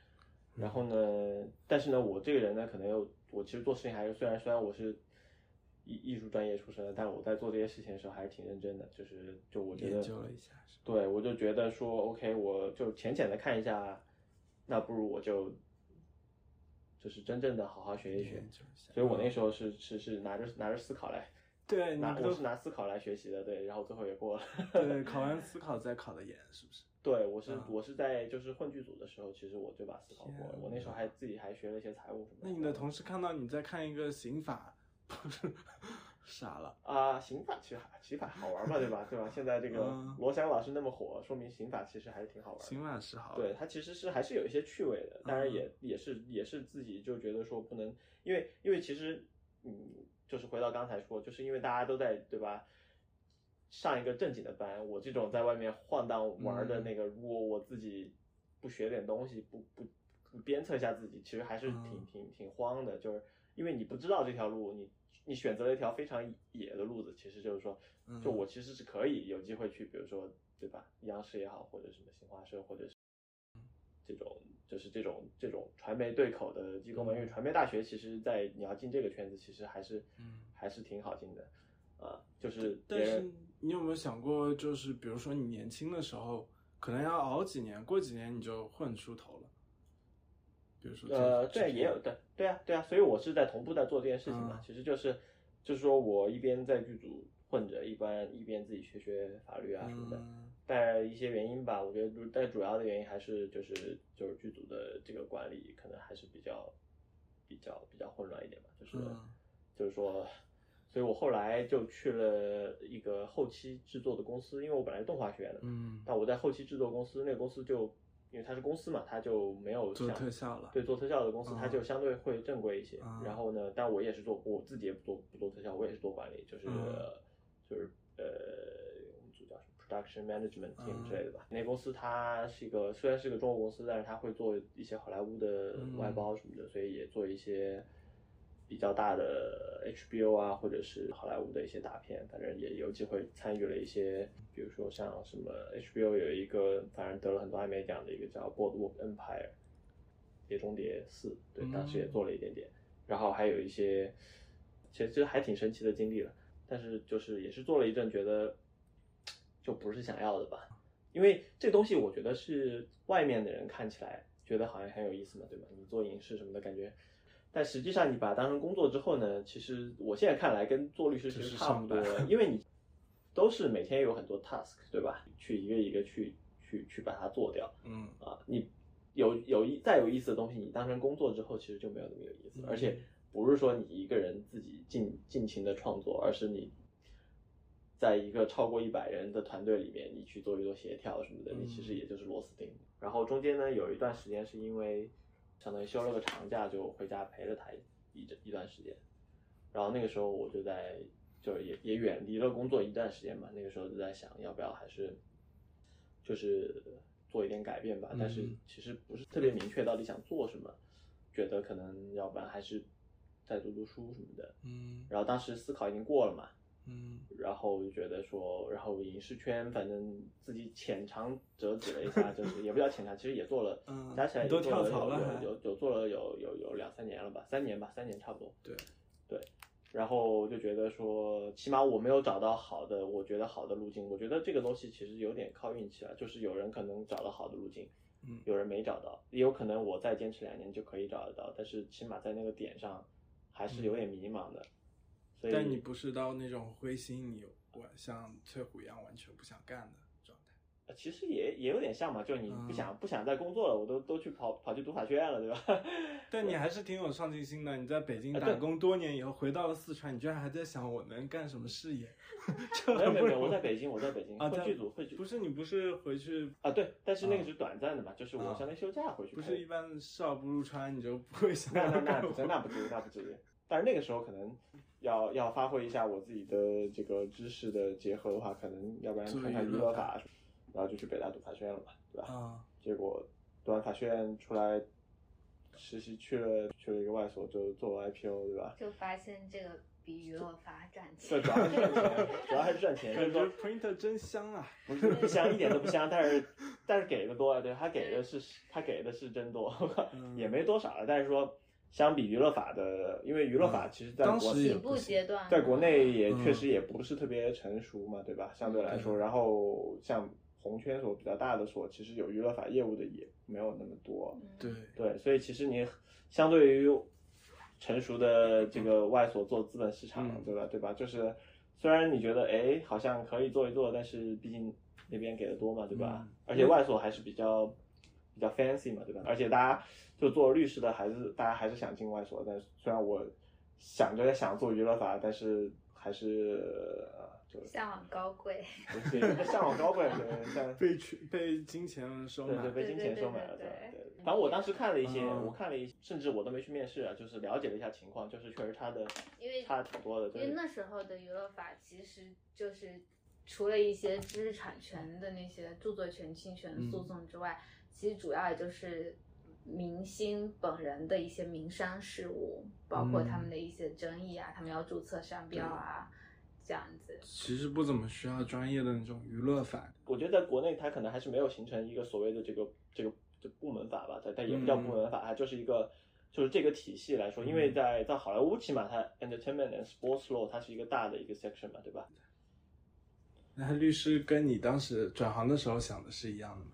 Speaker 4: 然后呢，但是呢，我这个人呢，可能又我其实做事情还是虽然虽然我是艺艺术专业出身的，但我在做这些事情的时候还是挺认真的，就是就我觉得
Speaker 3: 研究了一下是吧
Speaker 4: 对，我就觉得说，OK，我就浅浅的看一下，那不如我就就是真正的好好学一学
Speaker 3: 研。究一下，
Speaker 4: 所以我那时候是是是拿着拿着思考来，
Speaker 3: 哎对你
Speaker 4: 拿我
Speaker 3: 都
Speaker 4: 是拿思考来学习的，对，然后最后也过了。
Speaker 3: [laughs] 对考完思考再考的研是不是？
Speaker 4: [laughs] 对，我是、
Speaker 3: 嗯
Speaker 4: 我是在就是混剧组的时候，其实我就把思考过了
Speaker 3: 天。
Speaker 4: 我那时候还自己还学了一些财务什么
Speaker 3: [laughs] 那你的同
Speaker 4: 事
Speaker 3: 事看到你在看一个刑法，不是傻 [laughs] 了？
Speaker 4: 啊，刑法其实还刑法好玩嘛，对吧？对吧？现在这个
Speaker 3: 嗯
Speaker 4: 罗翔老师那么火，说明刑法其实还是挺好玩的。
Speaker 3: 刑法是好，
Speaker 4: 对，它其实是还是有一些趣味的，当然
Speaker 3: 嗯
Speaker 4: 也、也是也是自己就觉得说不能，因为因为其实嗯，就是回到刚才说，就是因为大家都在对吧，上一个正经的班，我这种在外面晃荡玩儿的
Speaker 3: 嗯
Speaker 4: 那个，如果我自己不学点东西，不不不鞭策一下自己，其实还是挺
Speaker 3: 嗯
Speaker 4: 挺挺慌的，就是因为你不知道这条路，你你选择了一条非常野的路子，其实就是说，就
Speaker 3: 嗯
Speaker 4: 我其实是可以有机会去，比如说对吧，央视也好，或者什么新华社，或者是这种就是这种这种传媒对口的机构嘛，因为传媒大学其实在你要进这个圈子，其实还是、
Speaker 3: 嗯
Speaker 4: 还是挺好进的，啊，就是别
Speaker 3: 但
Speaker 4: 人
Speaker 3: 是你有没有想过，就是比如说你年轻的时候，可能要熬几年，过几年你就混出头了。比如说做
Speaker 4: 呃，
Speaker 3: 制
Speaker 4: 对，
Speaker 3: 片
Speaker 4: 也有对对啊，对啊，所以我是在同步在做这件事情嘛，
Speaker 3: 嗯
Speaker 4: 其实就是就是说我一边在剧组混着，一般一边自己学学法律啊什么的，
Speaker 3: 嗯
Speaker 4: 但一些原因吧，我觉得主但主要的原因还是就是就是剧组的这个管理可能还是比较比较比较混乱一点吧，就是、
Speaker 3: 嗯
Speaker 4: 就是说，所以我后来就去了一个后期制作的公司，因为我本来是动画学院的，
Speaker 3: 嗯，
Speaker 4: 但我在后期制作公司，那个公司就因为它是公司嘛，它就没有
Speaker 3: 做
Speaker 4: 像
Speaker 3: 特效了，
Speaker 4: 对做特效的公司，
Speaker 3: 嗯
Speaker 4: 它就相对会正规一些。
Speaker 3: 嗯
Speaker 4: 然后呢，但我也是做，我自己也不做不做特效，我也是做管理，就是、
Speaker 3: 嗯
Speaker 4: 就是呃，我们组叫什么 production management
Speaker 3: 嗯
Speaker 4: team 之类的吧。那公司它是一个虽然是个中国公司，但是它会做一些好莱坞的
Speaker 3: 嗯
Speaker 4: 外包什么的，所以也做一些。比较大的 HBO 啊，或者是好莱坞的一些大片，反正也有机会参与了一些，比如说像什么 HBO 有一个，反正得了很多艾美奖的一个叫《Boardwalk Empire》，《碟中谍四》，对，
Speaker 3: 嗯
Speaker 4: 当时也做了一点点，然后还有一些，其实这还挺神奇的经历了，但是就是也是做了一阵，觉得就不是想要的吧，因为这东西我觉得是外面的人看起来觉得好像很有意思嘛，对吧？你做影视什么的感觉，但实际上你把它当成工作之后呢，其实我现在看来跟做律师其
Speaker 3: 只
Speaker 4: 实
Speaker 3: 是
Speaker 4: 差
Speaker 3: 上
Speaker 4: 不
Speaker 3: 班 [laughs]
Speaker 4: 多，因为你都是每天有很多 task，对吧？去一个一个去去去把它做掉
Speaker 3: 嗯，
Speaker 4: 啊。你有有意再有意思的东西，你当成工作之后，其实就没有那么有意思了，而且不是说你一个人自己尽尽情的创作，而是你在一个超过一百人的团队里面，你去做一做协调什么的，你其实也就是螺丝钉。然后中间呢，有一段时间是因为相当于休了个长假，就回家陪了他一一一段时间。然后那个时候我就在，就也也远离了工作一段时间嘛。那个时候就在想，要不要还是就是做一点改变吧。但是
Speaker 3: 嗯
Speaker 4: 其实不是特别明确到底想做什么，觉得可能要不然还是再读读书什么的。
Speaker 3: 嗯
Speaker 4: 然后当时思考已经过了嘛，
Speaker 3: 嗯
Speaker 4: 然后我就觉得说，然后影视圈反正自己浅尝辄止了一下，就是 [laughs] 也不叫浅尝，其实也做了，
Speaker 3: 嗯
Speaker 4: 加起来也
Speaker 3: 你都
Speaker 4: 做了
Speaker 3: 跳槽了还
Speaker 4: 有有有有做了有有有两三年了吧，三年吧，三年差不多。
Speaker 3: 对
Speaker 4: 对，然后就觉得说，起码我没有找到好的，我觉得好的路径。我觉得这个东西其实有点靠运气了，就是有人可能找到好的路径，
Speaker 3: 嗯
Speaker 4: 有人没找到，也有可能我再坚持两年就可以找得到，但是起码在那个点上还是有点迷茫的。所以
Speaker 3: 嗯但你不是到那种灰心，你我像翠虎一样完全不想干的状态。
Speaker 4: 呃其实也也有点像嘛，就是你
Speaker 3: 嗯
Speaker 4: 不想、不想再工作了，我都都去跑跑去读法学院了，对
Speaker 3: [laughs]
Speaker 4: 吧？
Speaker 3: 但你还是挺有上进心的。你在北京
Speaker 4: 啊
Speaker 3: 打
Speaker 4: 对
Speaker 3: 工多年以后，回到了四川，你居然还在想我能干什么事业， [laughs] 这
Speaker 4: 没有
Speaker 3: 很
Speaker 4: 没有
Speaker 3: 不
Speaker 4: 没有，我
Speaker 3: 容
Speaker 4: 在
Speaker 3: 易。
Speaker 4: 北京，我在北京
Speaker 3: 啊
Speaker 4: 会
Speaker 3: 在
Speaker 4: 剧组会剧
Speaker 3: 不是你不是回去，
Speaker 4: 啊，对，但是那个
Speaker 3: 啊
Speaker 4: 是短暂的嘛，就是我
Speaker 3: 啊
Speaker 4: 相当于休假回去
Speaker 3: 不
Speaker 4: 拍。
Speaker 3: 是一般少不入川，你就不会想
Speaker 4: 哎那
Speaker 3: 要干
Speaker 4: 那那不至
Speaker 3: 活。
Speaker 4: 于，那不至于，那不至于。但是那个时候可能要要发挥一下我自己的这个知识的结合的话，可能要不然
Speaker 3: 做
Speaker 4: 看看
Speaker 3: 娱
Speaker 4: 娱
Speaker 3: 乐
Speaker 4: 乐
Speaker 3: 法
Speaker 4: 法，然后就去北大读法学院了嘛，对吧？
Speaker 3: 啊，
Speaker 4: 结果读完法学院出来实习去了去了一个外所，就做 IPO，对吧？ [laughs]
Speaker 1: 就发现这个比娱乐法赚
Speaker 4: 对，
Speaker 1: 钱
Speaker 4: 主。要还是赚钱，主要还是赚钱，就
Speaker 3: 感
Speaker 4: 是
Speaker 3: 觉
Speaker 4: 说
Speaker 3: printer 真香啊！
Speaker 4: 不是不香，一点都不香，但是但是给的多啊，对他给的是他给的是真多，
Speaker 3: 嗯
Speaker 4: 也没多少了，但是说相比娱乐法的，因为娱乐法其实在
Speaker 3: 嗯当
Speaker 4: 国
Speaker 3: 时
Speaker 1: 起
Speaker 3: 也
Speaker 1: 步阶段，
Speaker 4: 在国内也
Speaker 3: 嗯
Speaker 4: 确实也不是特别成熟嘛，对吧？相对来说，
Speaker 3: 对
Speaker 4: 然后像红圈所比较大的所，其实有娱乐法业务的也没有那么多，
Speaker 1: 嗯
Speaker 3: 对，
Speaker 4: 对，所以其实你相对于成熟的这个外所做资本市场，
Speaker 3: 嗯
Speaker 4: 对吧？对吧？就是虽然你觉得哎好像可以做一做，但是毕竟那边给的多嘛，对吧？
Speaker 3: 嗯
Speaker 4: 而且外所还是比较比较 fancy 嘛，对吧？而且大家就做律师的，还是大家还是想进外所，但是虽然我想着想做娱乐法，但是还是。呃就
Speaker 1: 向往高贵，
Speaker 4: 不是也不是向往高贵，对，像
Speaker 3: 被去被金钱收
Speaker 4: 对对，
Speaker 3: 买。
Speaker 4: 被金
Speaker 1: 对对
Speaker 4: 钱
Speaker 1: 对
Speaker 4: 收买
Speaker 1: 对
Speaker 4: 了，
Speaker 1: 对
Speaker 4: 吧？对
Speaker 1: 对。
Speaker 4: 反正我当时看了一些，
Speaker 3: 啊嗯
Speaker 4: 我看了一，甚至我都没去面试啊，就是了解了一下情况，就是确实差的
Speaker 1: 因为
Speaker 4: 差挺多的，
Speaker 1: 因
Speaker 4: 就
Speaker 1: 为
Speaker 4: 是
Speaker 1: 那时候的娱乐法其实就是除了一些知识产权的那些著作权侵权诉
Speaker 4: 嗯
Speaker 1: 讼之外，其实主要也就是明星本人的一些民商事务，包括他
Speaker 4: 嗯
Speaker 1: 们的一些争议啊，他们要注册商标啊，这样子。
Speaker 3: 其实不怎么需要专业的那种娱乐法。
Speaker 4: 我觉得在国内它可能还是没有形成一个所谓的这个这个这部门法吧，它它也不叫
Speaker 3: 嗯
Speaker 4: 部门法，它就是一个。就是这个体系来说，因为在在好莱坞起码它 entertainment and sports law 它是一个大的一个 section 嘛，对吧？
Speaker 3: 那律师跟你当时转行的时候想的是一样的吗？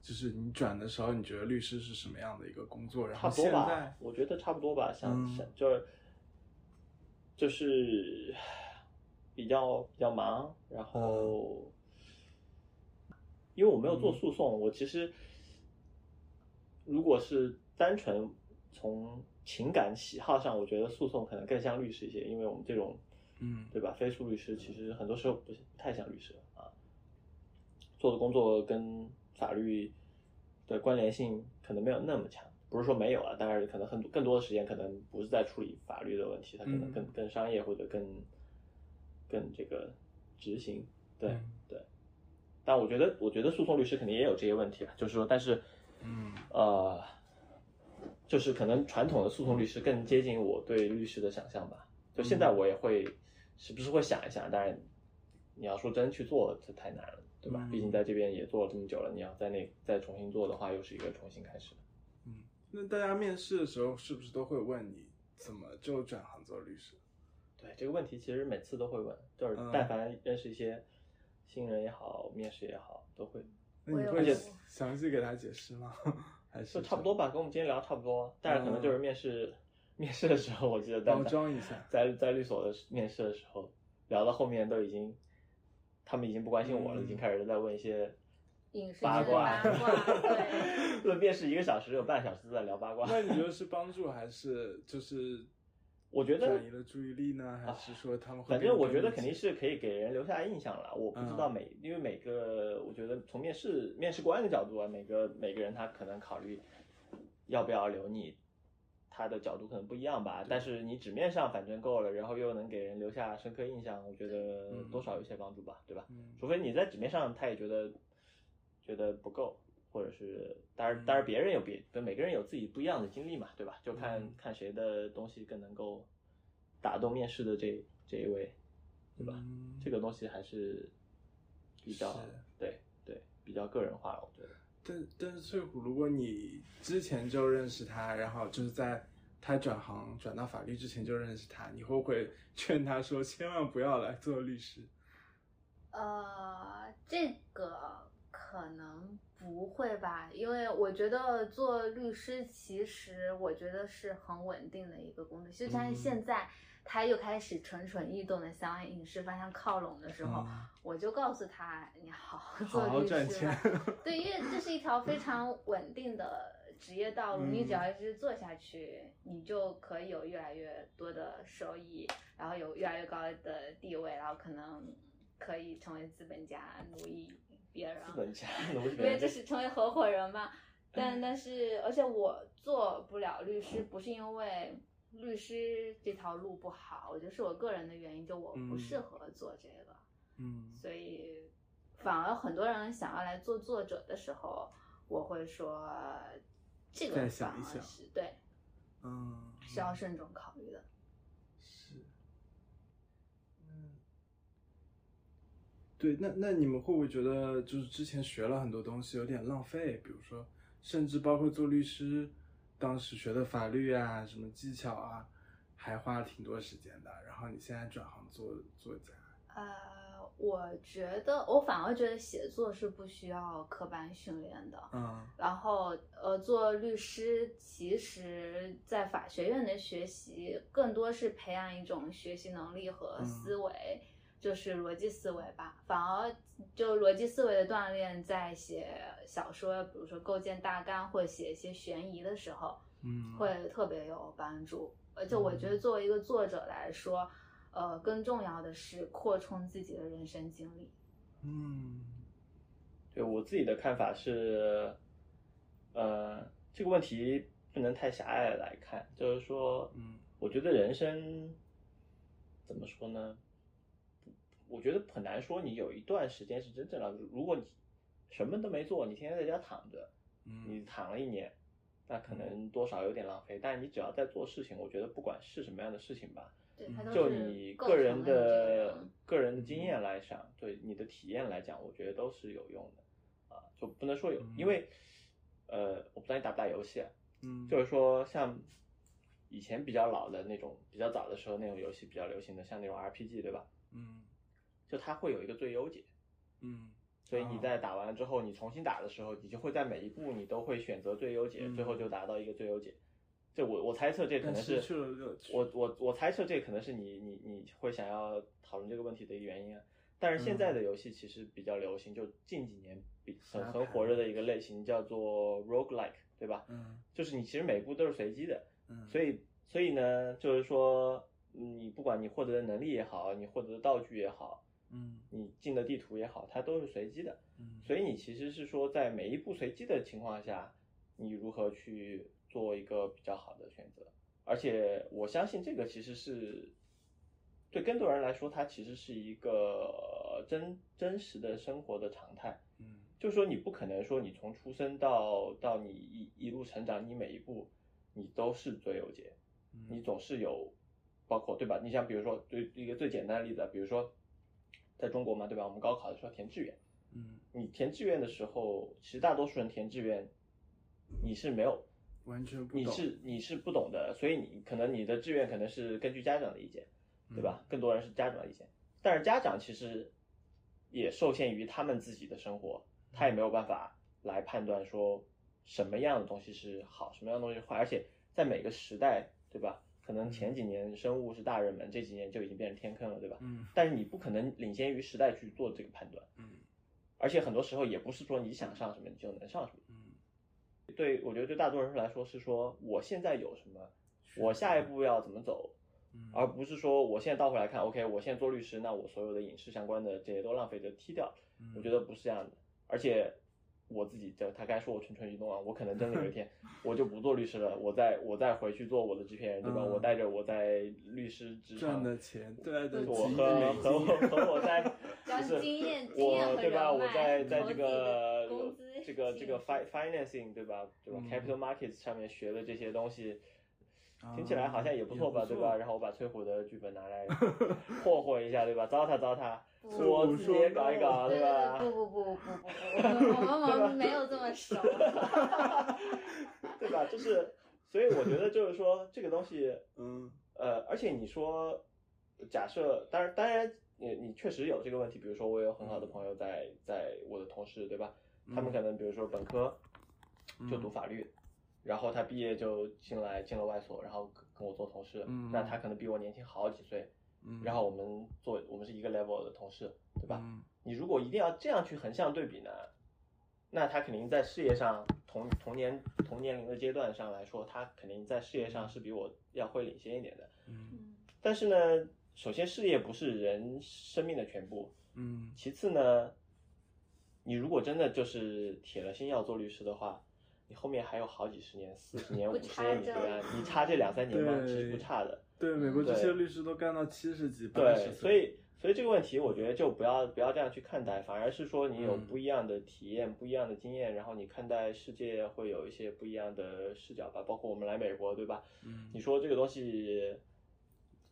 Speaker 3: 就是你转的时候，你觉得律师是什么样的一个工作？然
Speaker 4: 差
Speaker 3: 后
Speaker 4: 不多
Speaker 3: 现
Speaker 4: 吧
Speaker 3: 在，，
Speaker 4: 我觉得差不多吧，想、
Speaker 3: 嗯
Speaker 4: 想就是就是比较比较忙，然后、
Speaker 3: 嗯
Speaker 4: 因为我没有做诉讼，我其实如果是单纯从情感喜好上，我觉得诉讼可能更像律师一些，因为我们这种
Speaker 3: 嗯
Speaker 4: 对吧？非诉律师其实很多时候不是太像律师啊，做的工作跟法律的关联性可能没有那么强。不是说没有啊，但是可能很多更多的时间可能不是在处理法律的问题，它可
Speaker 3: 嗯
Speaker 4: 能更更商业或者更更这个执行。对、
Speaker 3: 嗯
Speaker 4: 对，但我觉得我觉得诉讼律师肯定也有这些问题啊，就是说，但是
Speaker 3: 嗯
Speaker 4: 呃，就是可能传统的诉讼律师更接近我对律师的想象吧。就现
Speaker 3: 嗯
Speaker 4: 在我也会时不时会想一想，当然你要说真去做，这太难了，对吧？
Speaker 3: 嗯
Speaker 4: 毕竟在这边也做了这么久了，你要在那再重新做的话，又是一个重新开始。
Speaker 3: 嗯。那大家面试的时候，是不是都会问你怎么就转行做律师？
Speaker 4: 对这个问题，其实每次都会问，就是
Speaker 3: 嗯
Speaker 4: 但凡认识一些新人也好，面试也好，都会
Speaker 3: 那你
Speaker 1: 我
Speaker 3: 会
Speaker 1: 有
Speaker 3: 详细给他解释吗？还是 [laughs] 嗯
Speaker 4: 就差不多吧，跟我们今天聊差不多，但是可能就是面试 [laughs] 面试的时候，我记得在
Speaker 3: 包装一
Speaker 4: [laughs]
Speaker 3: 下。
Speaker 4: 在在律所的面试的时候，聊到后面都已经，他们已经不关心我了，
Speaker 3: 嗯
Speaker 4: 已经开始在问一些
Speaker 1: 影视圈
Speaker 4: 八
Speaker 1: 的
Speaker 4: 卦
Speaker 1: 八
Speaker 4: [laughs]
Speaker 1: 卦，对。
Speaker 4: 论面试一个小时，有半小时都在聊八卦。
Speaker 3: 那你觉得是帮助还是就是
Speaker 4: 我觉得啊
Speaker 3: 转移了注意力呢，还是说他们会
Speaker 4: 反
Speaker 3: 给你
Speaker 4: 正我
Speaker 3: 更
Speaker 4: 觉得
Speaker 3: 理
Speaker 4: 肯定
Speaker 3: 解
Speaker 4: 是可以给人留下印象了。我不知
Speaker 3: 嗯
Speaker 4: 道每，因为每个，我觉得从面试面试官的角度啊，每个每个人他可能考虑要不要留你，他的角度可能不一样吧。但是你纸面上反正够了，然后又能给人留下深刻印象，我觉得
Speaker 3: 嗯
Speaker 4: 多少有些帮助吧，对吧？
Speaker 3: 嗯
Speaker 4: 除非你在纸面上他也觉得觉得不够，或者是当
Speaker 3: 嗯
Speaker 4: 然当然别人有别，每个人有自己不一样的经历嘛，对吧？就看、
Speaker 3: 嗯
Speaker 4: 看谁的东西更能够打动面试的这这一位，对吧？
Speaker 3: 嗯
Speaker 4: 这个东西还是比较
Speaker 3: 是
Speaker 4: 对对比较个人化了，我觉得。
Speaker 3: 但但是翠虎，如果你之前就认识他，然后就是在他转行转到法律之前就认识他，你会不会劝他说千万不要来做律师？
Speaker 1: 呃，这个可能不会吧，因为我觉得做律师其实我觉得是很稳定的一个工作，就像
Speaker 3: 嗯
Speaker 1: 现在他又开始蠢蠢欲动的向影视方向靠拢的时候，
Speaker 3: 嗯
Speaker 1: 我就告诉他，你好好
Speaker 3: 好
Speaker 1: 做
Speaker 3: 好
Speaker 1: 律
Speaker 3: 赚
Speaker 1: 师
Speaker 3: 钱
Speaker 1: 吧。，对，因为这是一条非常稳定的职业道路，你只
Speaker 3: 嗯
Speaker 1: 要一直做下去，你就可以有越来越多的收益，然后有越来越高的地位，然后可能可以成为资本家，奴役别人
Speaker 4: 资，
Speaker 1: [laughs]
Speaker 4: 本家，我觉
Speaker 1: 啊因为
Speaker 4: 得
Speaker 1: 这是成为合伙人嘛。
Speaker 3: 嗯
Speaker 1: 但但是，而且我做不了律师，不是因为律师这条路不好，我觉得是我个人的原因，就我不
Speaker 3: 嗯
Speaker 1: 适合做这个。
Speaker 3: 嗯，
Speaker 1: 所以反而很多人想要来做作者的时候，我会说这个
Speaker 3: 再想
Speaker 1: 反
Speaker 3: 一
Speaker 1: 而
Speaker 3: 想
Speaker 1: 是对
Speaker 3: 嗯，
Speaker 1: 是要慎重考虑的。
Speaker 3: 是，嗯，对，那那你们会不会觉得就是之前学了很多东西有点浪费？比如说，甚至包括做律师，当时学的法律啊，什么技巧啊，还花了挺多时间的。然后你现在转行做作家，
Speaker 1: 呃，我觉得我反而觉得写作是不需要科班训练的。
Speaker 3: 嗯
Speaker 1: 然后，呃，做律师其实，在法学院的学习更多是培养一种学习能力和
Speaker 3: 嗯
Speaker 1: 思维，就是逻辑思维吧。反而就逻辑思维的锻炼，在写小说，比如说构建大纲或写一些悬疑的时候，
Speaker 3: 嗯，
Speaker 1: 会特别有帮助。而且我觉
Speaker 4: 嗯
Speaker 1: 得，作为一个作者来说，呃，更重要的是扩充自己的人生经历。
Speaker 3: 嗯
Speaker 4: 对我自己的看法是，呃，这个问题不能太狭隘地来看，就是说，
Speaker 3: 嗯，
Speaker 4: 我觉得人生怎么说呢？我觉得很难说你有一段时间是真正的，如果你什么都没做，你天天在家躺着，你
Speaker 3: 嗯
Speaker 4: 躺了一年，那可能多少有点浪费。但你只要在做事情，我觉得不管是什么样的事情吧，
Speaker 1: 对，
Speaker 3: 嗯
Speaker 1: 它都
Speaker 4: 就是你
Speaker 1: 构
Speaker 4: 个
Speaker 1: 成
Speaker 4: 人
Speaker 1: 了你这个
Speaker 4: 的
Speaker 1: 人
Speaker 4: 个人的经验来讲，对你的体验来讲，我觉得都是有用的啊、就不能说有，因为呃，我不知道你打不打游戏、啊，
Speaker 3: 嗯，
Speaker 4: 就是说像以前比较老的那种，比较早的时候那种游戏比较流行的，像那种 RPG 对吧？
Speaker 3: 嗯
Speaker 4: 就它会有一个最优解，
Speaker 3: 嗯
Speaker 4: 所以你在打完了之后，你重新打的时候，你就会在每一步你都会选择最优解，
Speaker 3: 嗯
Speaker 4: 最后就达到一个最优解。这我我猜测这可能
Speaker 3: 但
Speaker 4: 是
Speaker 3: 失去了乐趣
Speaker 4: 我我我猜测这可能是你你你会想要讨论这个问题的一个原因啊。但是现在的游戏其实比较流行，就近几年比很
Speaker 3: 嗯沙
Speaker 4: 很
Speaker 3: 盘
Speaker 4: 火热的一个类型叫做 roguelike，对吧？
Speaker 3: 嗯
Speaker 4: 就是你其实每步都是随机的，
Speaker 3: 嗯，
Speaker 4: 所以，所以呢，就是说，你不管你获得的能力也好，你获得的道具也好，
Speaker 3: 嗯
Speaker 4: 你进的地图也好，它都是随机的。
Speaker 3: 嗯，
Speaker 4: 所以你其实是说，在每一步随机的情况下，你如何去做一个比较好的选择？而且我相信这个其实是对更多人来说，它其实是一个呃真真实的生活的常态。
Speaker 3: 嗯
Speaker 4: 就是说你不可能说你从出生到到你一一路成长，你每一步你都是最优解，
Speaker 3: 嗯
Speaker 4: 你总是有包括对吧？你像比如说最一个最简单的例子啊，比如说在中国嘛，对吧？我们高考的时候填志愿，
Speaker 3: 嗯
Speaker 4: 你填志愿的时候，其实大多数人填志愿你是没有
Speaker 3: 完全不
Speaker 4: 你
Speaker 3: 懂
Speaker 4: 是你是不懂的，所以你可能你的志愿可能是根据家长的意见，对吧？
Speaker 3: 嗯
Speaker 4: 更多人是家长的意见，但是家长其实也受限于他们自己的生活，他
Speaker 3: 嗯
Speaker 4: 也没有办法来判断说什么样的东西是好，什么样的东西是坏，而且在每个时代，对吧？可
Speaker 3: 嗯
Speaker 4: 能前几年生物是大热门，这几年就已经变成天坑了，对吧？
Speaker 3: 嗯
Speaker 4: 但是你不可能领先于时代去做这个判断，
Speaker 3: 嗯
Speaker 4: 而且很多时候也不是说你想上什么你就能上什么。
Speaker 3: 嗯，
Speaker 4: 对，我觉得对大多数人来说是说我现在有什么，我下一步要怎么走，
Speaker 3: 嗯
Speaker 4: 而不是说我现在倒回来看，OK，我现在做律师，那我所有的影视相关的这些都浪费着踢掉。
Speaker 3: 嗯
Speaker 4: 我觉得不是这样的，而且我自己的，他该说我蠢蠢欲动啊，我可能真的有一
Speaker 3: [laughs]
Speaker 4: 天我就不做律师了，我再我再回去做我的制片人，对吧？
Speaker 3: 嗯
Speaker 4: 我带着我在律师职
Speaker 3: 赚
Speaker 4: 场
Speaker 3: 的钱，对对，
Speaker 4: 啊我
Speaker 3: 几亿
Speaker 4: 和
Speaker 3: 美
Speaker 4: 和
Speaker 3: 金
Speaker 4: 我和
Speaker 1: [laughs]
Speaker 4: 我在
Speaker 1: 然后
Speaker 4: 就是
Speaker 1: 经验经验
Speaker 4: 我
Speaker 1: 和
Speaker 4: 对吧？
Speaker 1: 人
Speaker 4: 我
Speaker 1: 脉，
Speaker 4: 在在
Speaker 1: 投
Speaker 4: 这
Speaker 1: 资的
Speaker 4: 个
Speaker 1: 工资
Speaker 4: 这个这个
Speaker 1: 进
Speaker 4: fi financing 对吧？对吧
Speaker 3: 嗯
Speaker 4: ？capital markets 上面学的这些东西，
Speaker 3: 啊
Speaker 4: 听起来好像也不错吧，
Speaker 3: 也不
Speaker 4: 对
Speaker 3: 错
Speaker 4: 吧？然后我把崔虎的剧本
Speaker 3: [laughs]
Speaker 4: 拿来霍霍一下，对吧？糟蹋糟蹋，
Speaker 1: 不
Speaker 3: 崔虎
Speaker 4: 我自己也搞一搞，
Speaker 1: 对对
Speaker 4: 吧？
Speaker 1: 对，不不不不不不，我们我们没有这么
Speaker 4: [laughs]
Speaker 1: 熟。 [laughs]
Speaker 4: 对吧？就是，所以我觉得就是说这个东西，
Speaker 3: 嗯
Speaker 4: 呃，而且你说，假设，当然当然，你你确实有这个问题，比如说我有很
Speaker 3: 嗯
Speaker 4: 好的朋友在在我的同事，对吧？他们可能比如说本科
Speaker 3: 嗯
Speaker 4: 就读法律。然后他毕业就进来进了外所，然后跟跟我做同事。
Speaker 3: 嗯
Speaker 4: 那他可能比我年轻好几岁。
Speaker 3: 嗯，
Speaker 4: 然后我们做我们是一个 level 的同事，对吧？
Speaker 3: 嗯
Speaker 4: 你如果一定要这样去横向对比呢，那他肯定在事业上同同年同年龄的阶段上来说，他肯定在事业上是比我要会领先一点的。
Speaker 3: 嗯
Speaker 4: 但是呢，首先事业不是人生命的全部，
Speaker 3: 嗯
Speaker 4: 其次呢，你如果真的就是铁了心要做律师的话，你后面还有好几十年、四十
Speaker 1: [laughs]
Speaker 4: 年、
Speaker 1: 不
Speaker 4: 五十年，
Speaker 1: 差
Speaker 4: 你对
Speaker 1: 这
Speaker 4: 吧？你差这两三年嘛，
Speaker 3: 对
Speaker 4: 其实不差的。
Speaker 3: 对，美国这
Speaker 4: 对
Speaker 3: 些律师都干到七十几、八
Speaker 4: 对，
Speaker 3: 十岁，
Speaker 4: 所以所以这个问题，我觉得就不要不要这样去看待，反而是说你有
Speaker 3: 嗯
Speaker 4: 不一样的体验、不一样的经验，然后你看待世界会有一些不一样的视角吧。包括我们来美国，对吧？
Speaker 3: 嗯
Speaker 4: 你说这个东西，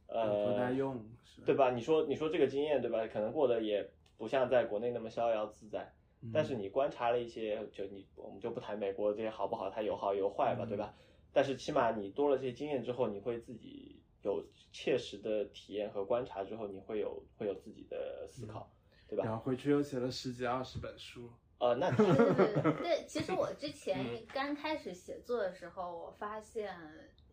Speaker 3: 不耐
Speaker 4: 呃，
Speaker 3: 用，是
Speaker 4: 对？吧？你说你说这个经验，对吧？可能过得也不像在国内那么逍遥自在。
Speaker 3: 嗯
Speaker 4: 但是你观察了一些，就你我们就不谈美国这些好不好，它有好有坏吧，
Speaker 3: 嗯
Speaker 4: 对吧？但是起码你多了这些经验之后，你会自己有切实的体验和观察之后，你会有会有自己的思考，
Speaker 3: 嗯
Speaker 4: 对
Speaker 3: 然
Speaker 4: 吧？
Speaker 3: 后回去又写了十几二十本书，
Speaker 4: 呃，那
Speaker 1: 对对对对，其实我之前刚开始写作的时候，我发现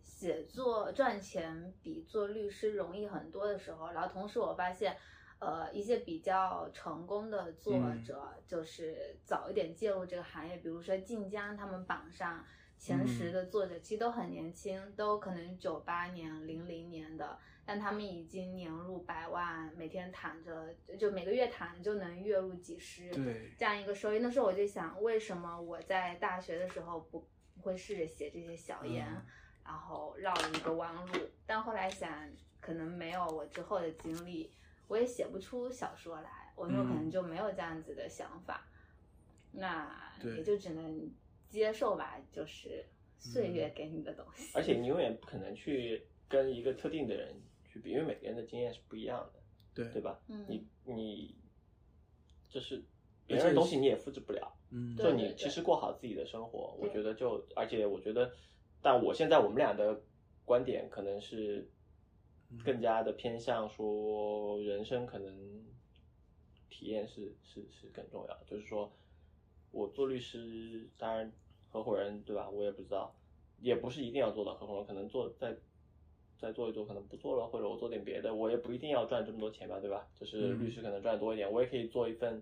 Speaker 1: 写作赚钱比做律师容易很多的时候，然后同时我发现。呃，一些比较成功的作者，就是早一点介入这个行业，比如说晋江，他们榜上前十的作者，其实都很年轻，都可能九八年、零零年的，但他们已经年入百万，每天躺着就每个月躺着就能月入几十，
Speaker 3: 对，
Speaker 1: 这样一个收益。那时候我就想，为什么我在大学的时候不不会试着写这些小言，
Speaker 3: 嗯
Speaker 1: 然后绕一个弯路？但后来想，可能没有我之后的经历，我也写不出小说来，我就可
Speaker 3: 嗯
Speaker 1: 能就没有这样子的想法，那
Speaker 3: 对
Speaker 1: 也就只能接受吧，就是
Speaker 3: 嗯
Speaker 1: 岁月给你的东西。
Speaker 4: 而且你永远不可能去跟一个特定的人去比，因为每个人的经验是不一样的，
Speaker 3: 对
Speaker 4: 对，吧？
Speaker 1: 嗯，
Speaker 4: 你你就是
Speaker 3: 而且
Speaker 4: 别人的东
Speaker 3: 是
Speaker 4: 西你也复制不了。
Speaker 3: 嗯，
Speaker 1: 对
Speaker 4: 就你其实过好自己的生活，我
Speaker 1: 对
Speaker 4: 觉得就而且我觉得，但我现在我们俩的观点可能是
Speaker 1: 嗯
Speaker 4: 更加的偏向说人生可能体验是是是更重要的，就是说我做律师，当然合伙人对吧？我也不知道，也不是一定要做到合伙人，可能做再再做一做，可能不做了，或者我做点别的，我也不一定要赚这么多钱吧，对吧？就是
Speaker 3: 嗯
Speaker 4: 律师可能赚多一点，我也可以做一份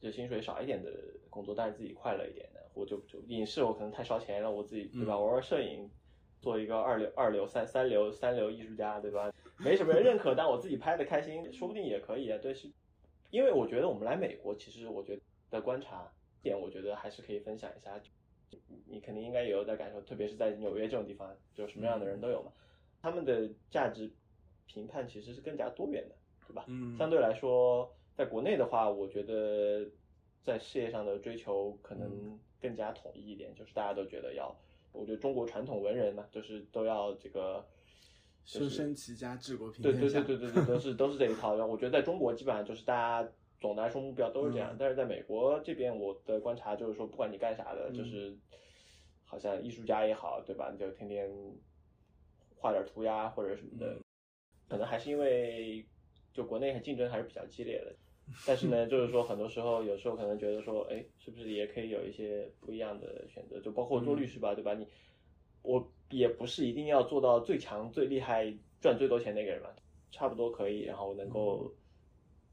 Speaker 4: 就薪水少一点的工作，但是自己快乐一点的。我就就影视我可能太烧钱了，我自己对吧？
Speaker 3: 嗯
Speaker 4: 玩玩摄影，做一个二流、二流、三三流、三流艺术家，对吧？ [laughs] 没什么人认可，但我自己拍的开心，说不定也可以啊。对，是因为我觉得我们来美国，其实我觉得的观察点，我觉得还是可以分享一下。你你肯定应该也有在感受，特别是在纽约这种地方，就什么样的人都有嘛。他们的价值评判其实是更加多元的，对吧？
Speaker 3: 嗯，
Speaker 4: 相对来说，在国内的话，我觉得在事业上的追求可
Speaker 3: 嗯
Speaker 4: 能更加统一一点，就是大家都觉得要，我觉得中国传统文人嘛，就是都要这个。
Speaker 3: 修身齐家治国平
Speaker 4: 对
Speaker 3: 天
Speaker 4: 对
Speaker 3: 下，
Speaker 4: 对对对对，都是都是这一套。然后我觉得在中国基本上就是大家总的来说目标都是这样，
Speaker 3: 嗯
Speaker 4: 但是在美国这边，我的观察就是说，不管你干啥的，
Speaker 3: 嗯
Speaker 4: 就是好像艺术家也好，对吧？你就天天画点涂鸦或者什么
Speaker 3: 嗯
Speaker 4: 的，可能还是因为就国内竞争还是比较激烈的。但是呢，就是说，很多时候，有时候可能觉得说，哎，是不是也可以有一些不一样的选择？就包括做律师吧，对吧？你我也不是一定要做到最强、最厉害、赚最多钱那个人嘛，差不多可以，然后能够，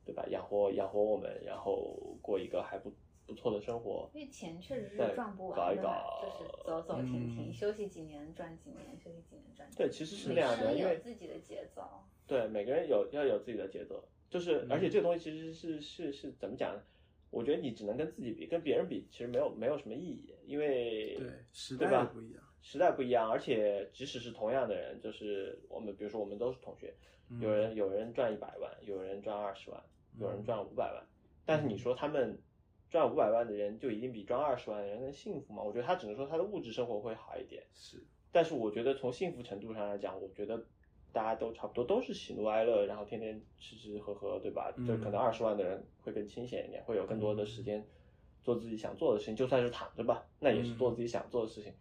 Speaker 4: 对吧？养活养活我们，然后过一个还不不错的生活。
Speaker 1: 因为钱确实
Speaker 4: 对
Speaker 1: 是赚不
Speaker 4: 搞
Speaker 1: 完
Speaker 4: 一
Speaker 1: 的嘛，
Speaker 4: 搞
Speaker 1: 就是走走停停，
Speaker 6: 嗯
Speaker 1: 休息几年赚几年，休息几年赚几
Speaker 4: 对，
Speaker 1: 年。
Speaker 4: 其实是
Speaker 1: 每
Speaker 4: 这样
Speaker 1: 个
Speaker 4: 的，
Speaker 1: 人
Speaker 4: 因
Speaker 1: 有
Speaker 4: 为
Speaker 1: 自己的节奏，
Speaker 4: 对每个人有要有自己的节奏，就是而且
Speaker 6: 嗯
Speaker 4: 这个东西其实是是是怎么讲呢？我觉得你只能跟自己比，跟别人比其实没有没有什么意义，因为
Speaker 6: 对，时
Speaker 4: 对
Speaker 6: 代
Speaker 4: 吧
Speaker 6: 也不一样。
Speaker 4: 时代不一样，而且即使是同样的人，就是我们，比如说我们都是同学，
Speaker 6: 嗯
Speaker 4: 有人有人赚一百万，有人赚二十万，有人赚五百万，但是
Speaker 6: 嗯
Speaker 4: 你说他们赚五百万的人就一定比赚二十万的人更幸福吗？我觉得他只能说他的物质生活会好一点，
Speaker 6: 是，
Speaker 4: 但是我觉得从幸福程度上来讲，我觉得大家都差不多，都是喜怒哀乐，然后天天吃吃喝喝，对吧？
Speaker 6: 嗯
Speaker 4: 就可能二十万的人会更清闲一点，会有更多的时间做自己想做的事情，就算是躺着吧，那也是
Speaker 6: 嗯
Speaker 4: 做自己想做的事情。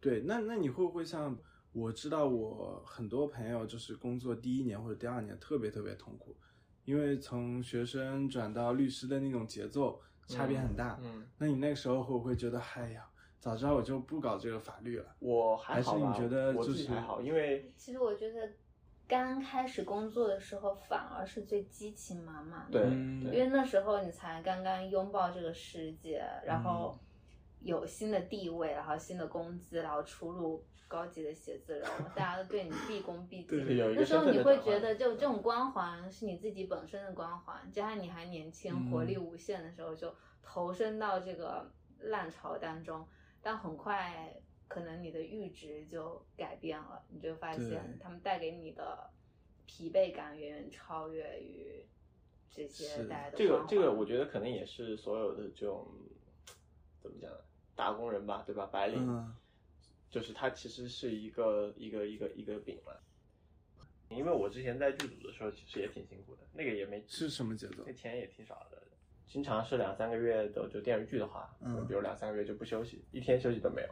Speaker 6: 对，那那你会不会像我知道我很多朋友就是工作第一年或者第二年特别特别痛苦，因为从学生转到律师的那种节奏差别很大。
Speaker 4: 嗯
Speaker 6: 那你那个时候会不会觉得，哎呀，早知道我就不搞这个法律了？
Speaker 4: 我还好吧，
Speaker 6: 还是你觉得
Speaker 4: 我自
Speaker 6: 就
Speaker 4: 己
Speaker 6: 是
Speaker 4: 还好，因为
Speaker 1: 其实我觉得刚开始工作的时候反而是最激情满满的。
Speaker 4: 对、
Speaker 6: 嗯
Speaker 1: 因
Speaker 4: 对，
Speaker 1: 为那时候你才刚刚拥抱这个世界，然后有新的地位，然后新的工资，然后出入高级的写字楼，大家都对你毕恭毕敬。
Speaker 4: 对有一个
Speaker 1: 那时候
Speaker 4: 身份
Speaker 1: 你
Speaker 4: 的
Speaker 1: 会
Speaker 4: 转换
Speaker 1: 觉得，就这种光环是你自己本身的光环，加上你还年轻、
Speaker 6: 嗯
Speaker 1: 活力无限的时候，就投身到这个浪潮当中。但很快，可能你的阈值就改变了，你就发
Speaker 6: 对
Speaker 1: 现他们带给你的疲惫感远远超越于这些
Speaker 6: 是
Speaker 1: 带来的
Speaker 4: 这个
Speaker 1: 光
Speaker 4: 这个
Speaker 1: 环
Speaker 4: 我觉得可能也是所有的这种怎么讲呢，打工人吧，对吧？白领，
Speaker 6: 嗯
Speaker 4: 就是他其实是一个一个一个一个饼了。因为我之前在剧组的时候，其实也挺辛苦的，那个也没
Speaker 6: 是什么节奏
Speaker 4: 那？钱也挺少的，经常是两三个月的，就电视剧的话，
Speaker 6: 嗯
Speaker 4: 比如两三个月就不休息，一天休息都没有。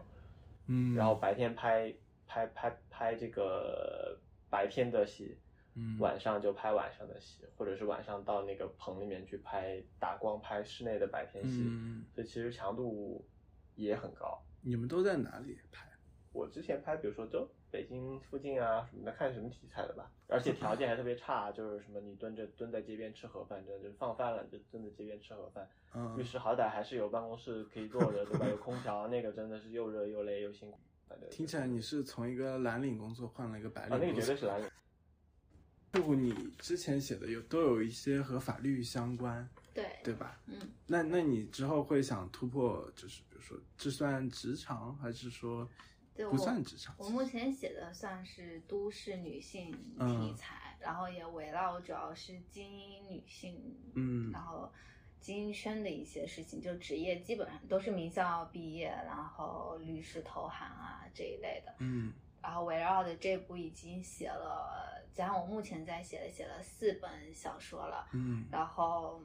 Speaker 6: 嗯，
Speaker 4: 然后白天拍拍拍拍这个白天的戏，
Speaker 6: 嗯
Speaker 4: 晚上就拍晚上的戏，或者是晚上到那个棚里面去拍打光拍室内的白天戏，
Speaker 6: 嗯，
Speaker 4: 所以其实强度也很高。
Speaker 6: 你们都在哪里拍？
Speaker 4: 我之前拍，比如说都北京附近啊什么的，看什么题材的吧，而且条件还特别差，就是什么你蹲着蹲在街边吃盒饭，真的就是放饭了你就蹲在街边吃盒饭。
Speaker 6: 嗯
Speaker 4: 律，师好歹还是有办公室可以坐着，对吧？有空调，那个真的是又热又累又辛苦。反正
Speaker 6: 听起来你是从一个蓝领工作换了一个白
Speaker 4: 啊，那
Speaker 6: 领
Speaker 4: 个
Speaker 6: 工
Speaker 4: 绝
Speaker 6: 作
Speaker 4: 对。是蓝领。
Speaker 6: 不，你之前写的有都有一些和法律相关，
Speaker 1: 对，
Speaker 6: 对吧？
Speaker 1: 嗯，
Speaker 6: 那那你之后会想突破，就是比如说，这算职场还是说
Speaker 1: 对
Speaker 6: 不
Speaker 1: 我
Speaker 6: 算职场？
Speaker 1: 我目前写的算是都市女性
Speaker 4: 嗯
Speaker 1: 题材，然后也围绕主要是精英女性，
Speaker 6: 嗯
Speaker 1: 然后精英圈的一些事情，就职业基本上都是名校毕业，然后律师投行啊这一类的。
Speaker 6: 嗯
Speaker 1: 然后围绕着这部已经写了，加上我目前在写的写了四本小说了，
Speaker 6: 嗯
Speaker 1: 然后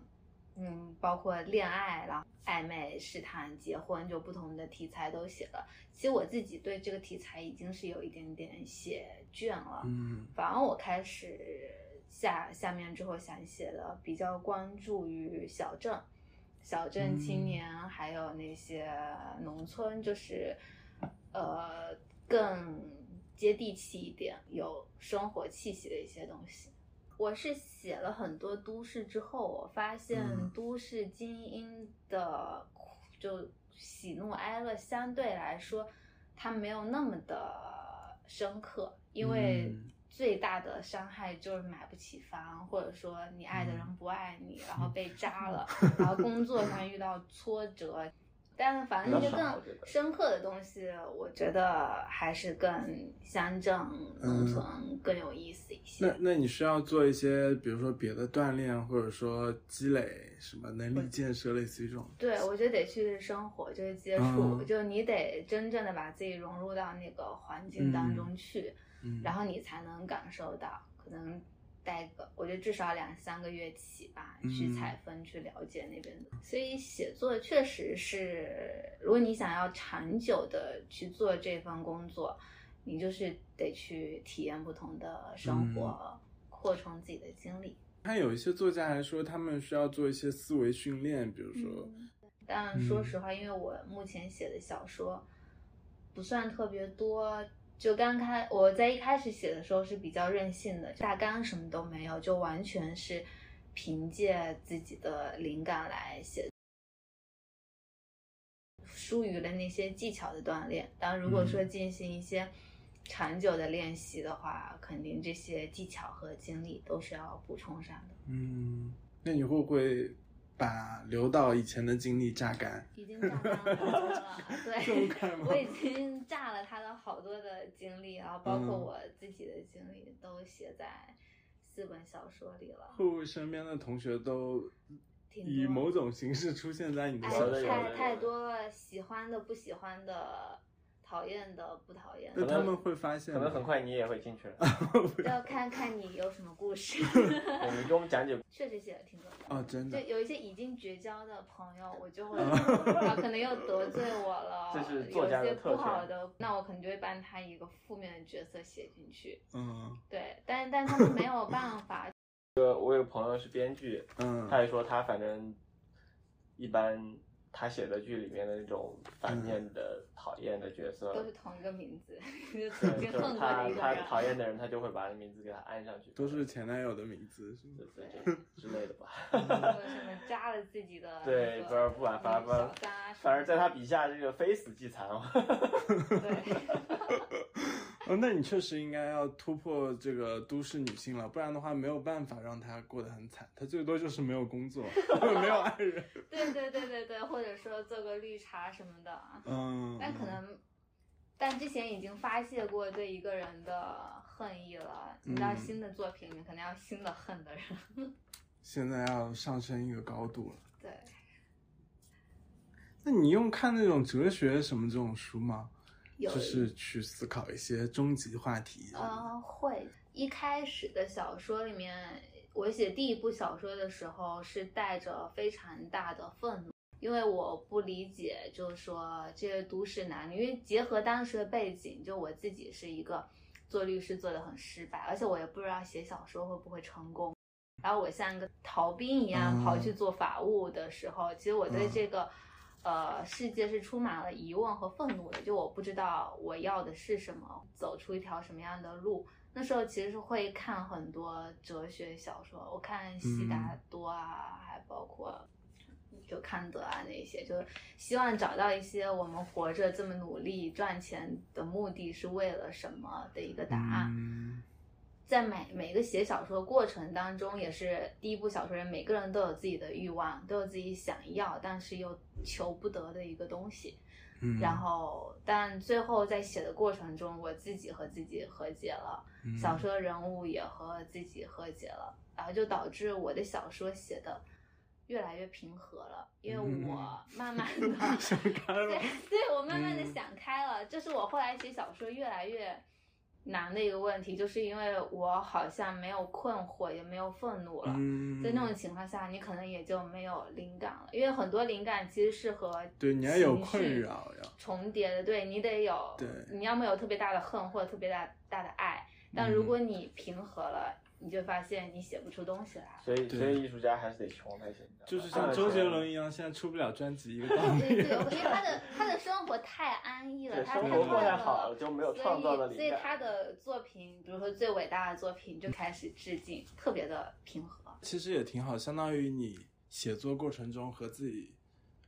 Speaker 1: 嗯，包括恋爱，然后暧昧、试探、结婚，就不同的题材都写了。其实我自己对这个题材已经是有一点点写倦了，
Speaker 6: 嗯
Speaker 1: 反而我开始下下面之后想写的比较关注于小镇、小镇青年，还有那些农村，就是呃更接地气一点、有生活气息的一些东西。我是写了很多都市之后，我发现
Speaker 6: 嗯
Speaker 1: 都市精英的苦就喜怒哀乐相对来说，它没有那么的深刻，因为
Speaker 6: 嗯
Speaker 1: 最大的伤害就是买不起房，或者说你爱的
Speaker 4: 嗯
Speaker 1: 人不爱你，然后被渣
Speaker 4: [laughs]
Speaker 1: 了，然后工作上遇到挫折，但反正就
Speaker 4: 比较少
Speaker 1: 更
Speaker 4: 我觉得
Speaker 1: 深刻的东西，我觉得还是更乡镇、
Speaker 4: 嗯
Speaker 1: 农村更有意思一些。
Speaker 6: 那那你需要做一些，比如说别的锻炼，或者说积累什么能力建设，类似于这种。
Speaker 1: 对，我觉得得去生活，就是接触，
Speaker 6: 嗯
Speaker 1: 就你得真正的把自己融入到那个环境当中去，
Speaker 6: 嗯，
Speaker 1: 然后你才能感受到。可能待个，我觉得至少两三个月起吧，去
Speaker 6: 嗯
Speaker 1: 采风，去了解那边的。所以写作确实是，如果你想要长久的去做这份工作，你就是得去体验不同的
Speaker 6: 嗯
Speaker 1: 生活，扩充自己的经历。
Speaker 6: 看有一些作家还说他们需要做一些思维训练，比如说，
Speaker 1: 嗯但说实话，因为我目前写的小说，不算特别多。就刚开我在一开始写的时候是比较任性的，大纲什么都没有，就完全是凭借自己的灵感来写。疏于了那些技巧的锻炼，当然如果说进行一些长久的练习的话，肯定这些技巧和精力都是要补充上的。
Speaker 6: 嗯，
Speaker 3: 那你会不会把刘导以前的经历榨干？
Speaker 1: 已经榨干了他了，
Speaker 3: [laughs] 这
Speaker 1: 对
Speaker 3: 么快吗，
Speaker 1: 我已经榨了他的好多的经历，然后包括我自己的经历都写在四本小说里了。
Speaker 4: 嗯
Speaker 3: 会不会身边的同学都
Speaker 1: 挺多
Speaker 3: 以某种形式出现在你的
Speaker 1: 哎，
Speaker 3: 小
Speaker 4: 有
Speaker 3: 说
Speaker 4: 的有
Speaker 1: 太
Speaker 4: 的
Speaker 1: 太多了，喜欢的、不喜欢的，讨厌的、不讨厌
Speaker 3: 那
Speaker 1: 的，
Speaker 3: 他们会发现
Speaker 4: 可
Speaker 3: 吗
Speaker 4: 能很快你也会进
Speaker 6: [laughs]
Speaker 4: 去了。
Speaker 1: 要看看你有什么故
Speaker 3: [laughs]
Speaker 1: 事。
Speaker 4: 对你给我们讲解
Speaker 1: 确实写的挺多的。
Speaker 3: 哦，真
Speaker 1: 就
Speaker 3: 的，
Speaker 1: 有一些已经绝交的朋友，我
Speaker 3: [laughs]
Speaker 1: 就会啊，可能又得罪我了，
Speaker 4: 这是作家的
Speaker 1: 有一些
Speaker 4: 特
Speaker 1: 不
Speaker 4: 权
Speaker 1: 好的，那我可能就会把他一个负面的角色写进去。
Speaker 3: 嗯
Speaker 1: 对，但但他们没有办法，
Speaker 4: [laughs] 呃，我有个朋友是编剧，他
Speaker 3: 嗯
Speaker 4: 也说他反正一般他写的剧里面的那种
Speaker 3: 嗯
Speaker 4: 反面的讨厌的角色，
Speaker 1: 都是同一个名字，就曾
Speaker 4: 对，
Speaker 1: 经
Speaker 4: 就
Speaker 1: 恨
Speaker 4: 是
Speaker 1: 过
Speaker 4: 他
Speaker 1: 的一个
Speaker 4: 他
Speaker 1: 人。
Speaker 4: 讨厌的人，他就会把名字给他安上去，
Speaker 3: 都是前男友的名字，是吗
Speaker 4: 这这这之类的吧。
Speaker 3: [laughs]
Speaker 1: 或者什么扎了自己的
Speaker 4: 对，不
Speaker 1: 那个
Speaker 4: 而不管，反而
Speaker 1: 小
Speaker 4: 反
Speaker 1: 三啊什么
Speaker 4: 而
Speaker 1: 的
Speaker 4: 反而在他笔下这个非死即残，哦
Speaker 1: 对，
Speaker 3: [laughs] 哦，那你确实应该要突破这个都市女性了，不然的话没有办法让她过得很惨，她最多就是没有工作， [laughs] 没有爱人。
Speaker 1: 对对对对对，或者说做个绿茶什么的啊，
Speaker 3: 嗯，
Speaker 1: 但可能，但之前已经发泄过对一个人的恨意了，你到
Speaker 3: 嗯
Speaker 1: 新的作品里可能要新的恨的人。
Speaker 3: 现在要上升一个高度了。
Speaker 1: 对，
Speaker 3: 那你用看那种哲学什么这种书吗？
Speaker 1: 有
Speaker 3: 就是去思考一些终极话题。
Speaker 1: 呃会一开始的小说里面，我写第一部小说的时候是带着非常大的愤怒。因为我不理解，就是说这些都市男女，因为结合当时的背景，就我自己是一个做律师做的很失败，而且我也不知道写小说会不会成功。然后我像个逃兵一样
Speaker 3: 嗯
Speaker 1: 跑去做法务的时候，其实我对
Speaker 3: 嗯
Speaker 1: 这个、呃世界是充满了疑问和愤怒的，就我不知道我要的是什么，走出一条什么样的路。那时候其实是会看很多哲学小说，我看悉达
Speaker 3: 嗯
Speaker 1: 多啊，还包括就康德啊那些，就是希望找到一些我们活着这么努力赚钱的目的是为了什么的一个答案。
Speaker 3: 嗯
Speaker 1: 在每每个写小说的过程当中，也是第一部小说人，每个人都有自己的欲望，都有自己想要但是又求不得的一个东西。
Speaker 3: 嗯
Speaker 1: 然后，但最后在写的过程中，我自己和自己和解了，
Speaker 3: 嗯
Speaker 1: 小说人物也和自己和解了，然后就导致我的小说写的越来越平和了，因
Speaker 3: 嗯
Speaker 1: 为我慢慢
Speaker 3: [laughs]
Speaker 1: 的
Speaker 3: [laughs] 想开了
Speaker 1: [laughs] 对，对我慢慢的
Speaker 3: 嗯
Speaker 1: 想开了，这是我后来写小说越来越难的一个问题，就是因为我好像没有困惑，也没有愤怒了。
Speaker 3: 嗯，
Speaker 1: 在那种情况下，你可能也就没有灵感了，因为很多灵感其实是和
Speaker 3: 对你要有
Speaker 1: 情绪
Speaker 3: 困扰呀
Speaker 1: 重叠的，对你得有，
Speaker 3: 对
Speaker 1: 你要么有特别大的恨或者特别大大的爱，
Speaker 3: 嗯
Speaker 1: 但如果你平和了，你就发现你写不出东西来了。
Speaker 4: [laughs] 所以
Speaker 3: 对
Speaker 4: 所以艺术家还是得穷才行。嗯
Speaker 3: 就是
Speaker 4: 赚
Speaker 3: 像
Speaker 4: 了
Speaker 3: 周杰
Speaker 4: 钱
Speaker 3: 伦一样，现在出不了专辑一个 [laughs]
Speaker 4: [laughs]
Speaker 1: [laughs]
Speaker 3: 道
Speaker 1: 对
Speaker 3: 理
Speaker 1: 对，。因为他的他的生活太安逸了，
Speaker 4: 对
Speaker 1: 他
Speaker 4: 生
Speaker 1: 太
Speaker 4: 活
Speaker 1: 快
Speaker 4: 过
Speaker 1: 乐
Speaker 4: 得好
Speaker 1: 了
Speaker 4: 了，，就没有创造的
Speaker 1: 所以，
Speaker 4: 灵
Speaker 1: 所以
Speaker 4: 感。
Speaker 1: 他的作品，比如说最伟大的作品，就开始致敬，特别的平
Speaker 4: [laughs]
Speaker 1: 和。
Speaker 3: 其实也挺好，相当于你写作过程中和自己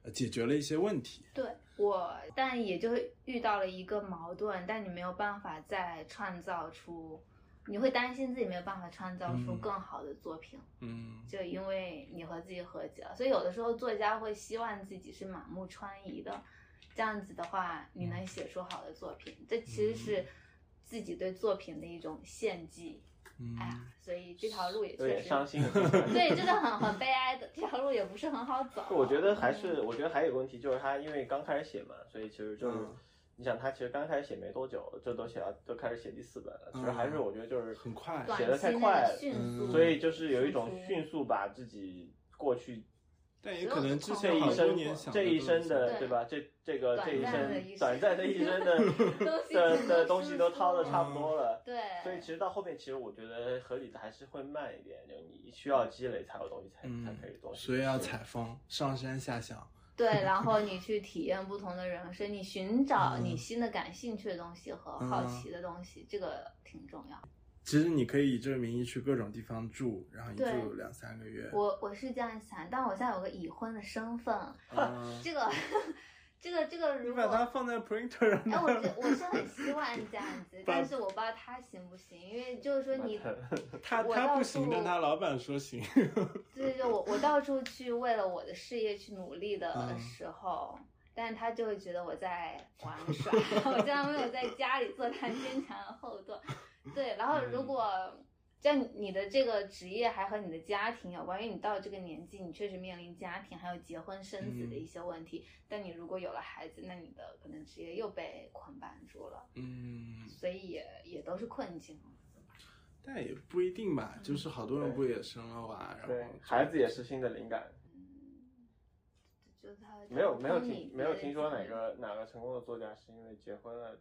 Speaker 3: 呃解决了一些问题。
Speaker 1: 对我，但也就是遇到了一个矛盾，但你没有办法再创造出，你会担心自己没有办法创造出
Speaker 3: 嗯
Speaker 1: 更好的作品，
Speaker 3: 嗯
Speaker 1: 就因为你和自己和解了。所以有的时候作家会希望自己是满目疮痍的，这样子的话，你
Speaker 3: 嗯
Speaker 1: 能写出好的作品。这其实是自己对作品的一种献祭。
Speaker 3: 嗯
Speaker 1: 哎呀，所以这条路也
Speaker 4: 有
Speaker 1: 确
Speaker 4: 点
Speaker 1: 实
Speaker 4: 伤心。
Speaker 1: 对，真的很很悲哀的，这条路也不是很好走。
Speaker 4: [laughs] 我觉得还是，我觉得还有个问题，就是他因为刚开始写嘛，所以其实就是，
Speaker 3: 嗯
Speaker 4: 你想他其实刚开始写没多久，就都写到都开始写第四本了，其实
Speaker 3: 嗯
Speaker 4: 还是我觉得就是
Speaker 3: 很快
Speaker 1: 嗯短
Speaker 4: 写的太
Speaker 1: 期内
Speaker 4: 快
Speaker 1: 的，迅速，
Speaker 3: 嗯
Speaker 4: 所以就是有一
Speaker 1: 输
Speaker 4: 种
Speaker 1: 出
Speaker 4: 迅速把自己过去
Speaker 3: 但也可能之
Speaker 1: 所
Speaker 4: 这
Speaker 1: 有
Speaker 3: 前
Speaker 1: 的
Speaker 3: 好
Speaker 4: 一
Speaker 3: 多
Speaker 4: 生
Speaker 3: 年想
Speaker 4: 这一生的
Speaker 1: 对
Speaker 4: 对吧？这这个这一
Speaker 1: 短暂的一
Speaker 4: 生
Speaker 1: 生
Speaker 4: 短暂的一生
Speaker 1: 东
Speaker 4: 的
Speaker 1: 西
Speaker 4: 的
Speaker 1: 全
Speaker 4: 的
Speaker 1: 都
Speaker 4: 东西都
Speaker 1: 输
Speaker 4: 掏的
Speaker 1: 出
Speaker 4: 差
Speaker 3: 嗯
Speaker 4: 不多了。
Speaker 1: 对，
Speaker 4: 所以其实到后面，其实我觉得合理的还是会慢一点，就你需要积累才有东西才，才
Speaker 3: 嗯
Speaker 4: 可以东西。
Speaker 3: 所以要采风，上山下乡，
Speaker 1: 对，然后你去体验不同的人生，你寻找
Speaker 3: 嗯
Speaker 1: 你新的感兴趣的东西和好奇的东西，这个挺重要。
Speaker 3: 其实你可以以这个名义去各种地方住，然后一
Speaker 1: 对
Speaker 3: 住两三个月。
Speaker 1: 我我是这样想，但我现在有个已婚的身份，
Speaker 4: [laughs]
Speaker 3: 啊
Speaker 1: 这个 [laughs] 这个这个
Speaker 3: 你
Speaker 1: 如
Speaker 3: 把它
Speaker 1: 果。
Speaker 3: 放在 printer 上
Speaker 1: 哎，
Speaker 3: 面
Speaker 1: 我觉我是很希望
Speaker 3: [laughs]
Speaker 1: 这样子，但是我不知道他行不行，因为就是说你
Speaker 3: [laughs] 他
Speaker 1: 我
Speaker 3: 他
Speaker 1: 要
Speaker 3: 不行，
Speaker 1: 住
Speaker 3: 但他老板说
Speaker 4: [laughs]
Speaker 3: 行。
Speaker 1: 对对对，我我到处去为了我的事业去努力的时候，但是他就会觉得我在玩耍， [laughs] 我竟然没有在家里做他坚强的后盾。对，然后如果像你的这个职业还和你的家庭有关，因为你到了这个年纪，你确实面临家庭还有结婚生子的一些问题。但你如果有了孩子，那你的可能职业又被捆绑住了，
Speaker 3: 嗯，
Speaker 1: 所以也也都是困境。
Speaker 3: 但也不一定吧，就是好多人
Speaker 4: 对
Speaker 3: 不也生了娃，然后
Speaker 4: 对，孩子也是新的灵感。
Speaker 1: 嗯就他
Speaker 4: 没有没有
Speaker 1: 他
Speaker 4: 听
Speaker 1: 你
Speaker 4: 没有
Speaker 1: 别
Speaker 4: 听说
Speaker 1: 的
Speaker 4: 哪个哪个成功的作家是因为结婚了，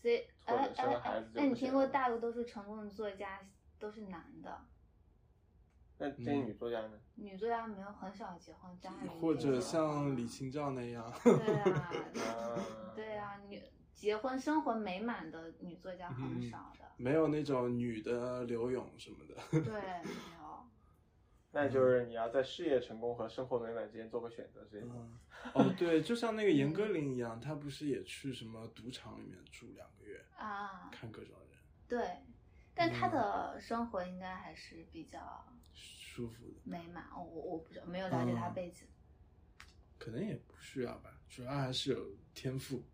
Speaker 1: 所以，
Speaker 4: 或
Speaker 1: 哎
Speaker 4: 者生
Speaker 1: 哎
Speaker 4: 了孩
Speaker 1: 哎
Speaker 4: 子，就
Speaker 1: 那你
Speaker 4: 不行
Speaker 1: 听过
Speaker 4: 了
Speaker 1: 大多数成功的作家都是男的，
Speaker 4: 那这些
Speaker 3: 嗯
Speaker 4: 女作家呢？
Speaker 1: 女作家没有很少结婚，张爱玲
Speaker 3: 或
Speaker 1: 结
Speaker 3: 者
Speaker 1: 婚
Speaker 3: 像
Speaker 1: 啊
Speaker 3: 李清照那样，
Speaker 1: 对
Speaker 3: [laughs]
Speaker 1: 啊，
Speaker 4: 啊，
Speaker 1: 对啊，女结婚生活美满的女作家很
Speaker 3: 嗯
Speaker 1: 少的，
Speaker 3: 没有那种女的刘勇什么的。
Speaker 1: 对，没有。
Speaker 4: 那就是你要在事业成功和生活美满之间做个选择，是吗？
Speaker 3: 嗯，哦对，就像那个严歌苓一样，她不是也去什么赌场里面住两个月，
Speaker 1: 啊，
Speaker 3: 看各种人，
Speaker 1: 对，但
Speaker 3: 嗯
Speaker 1: 他的生活应该还是比较
Speaker 3: 舒服的。
Speaker 1: 美满。哦、我我不知道，没有了解
Speaker 3: 嗯
Speaker 1: 他背景。
Speaker 3: 可能也不需要吧，主要还是有天赋，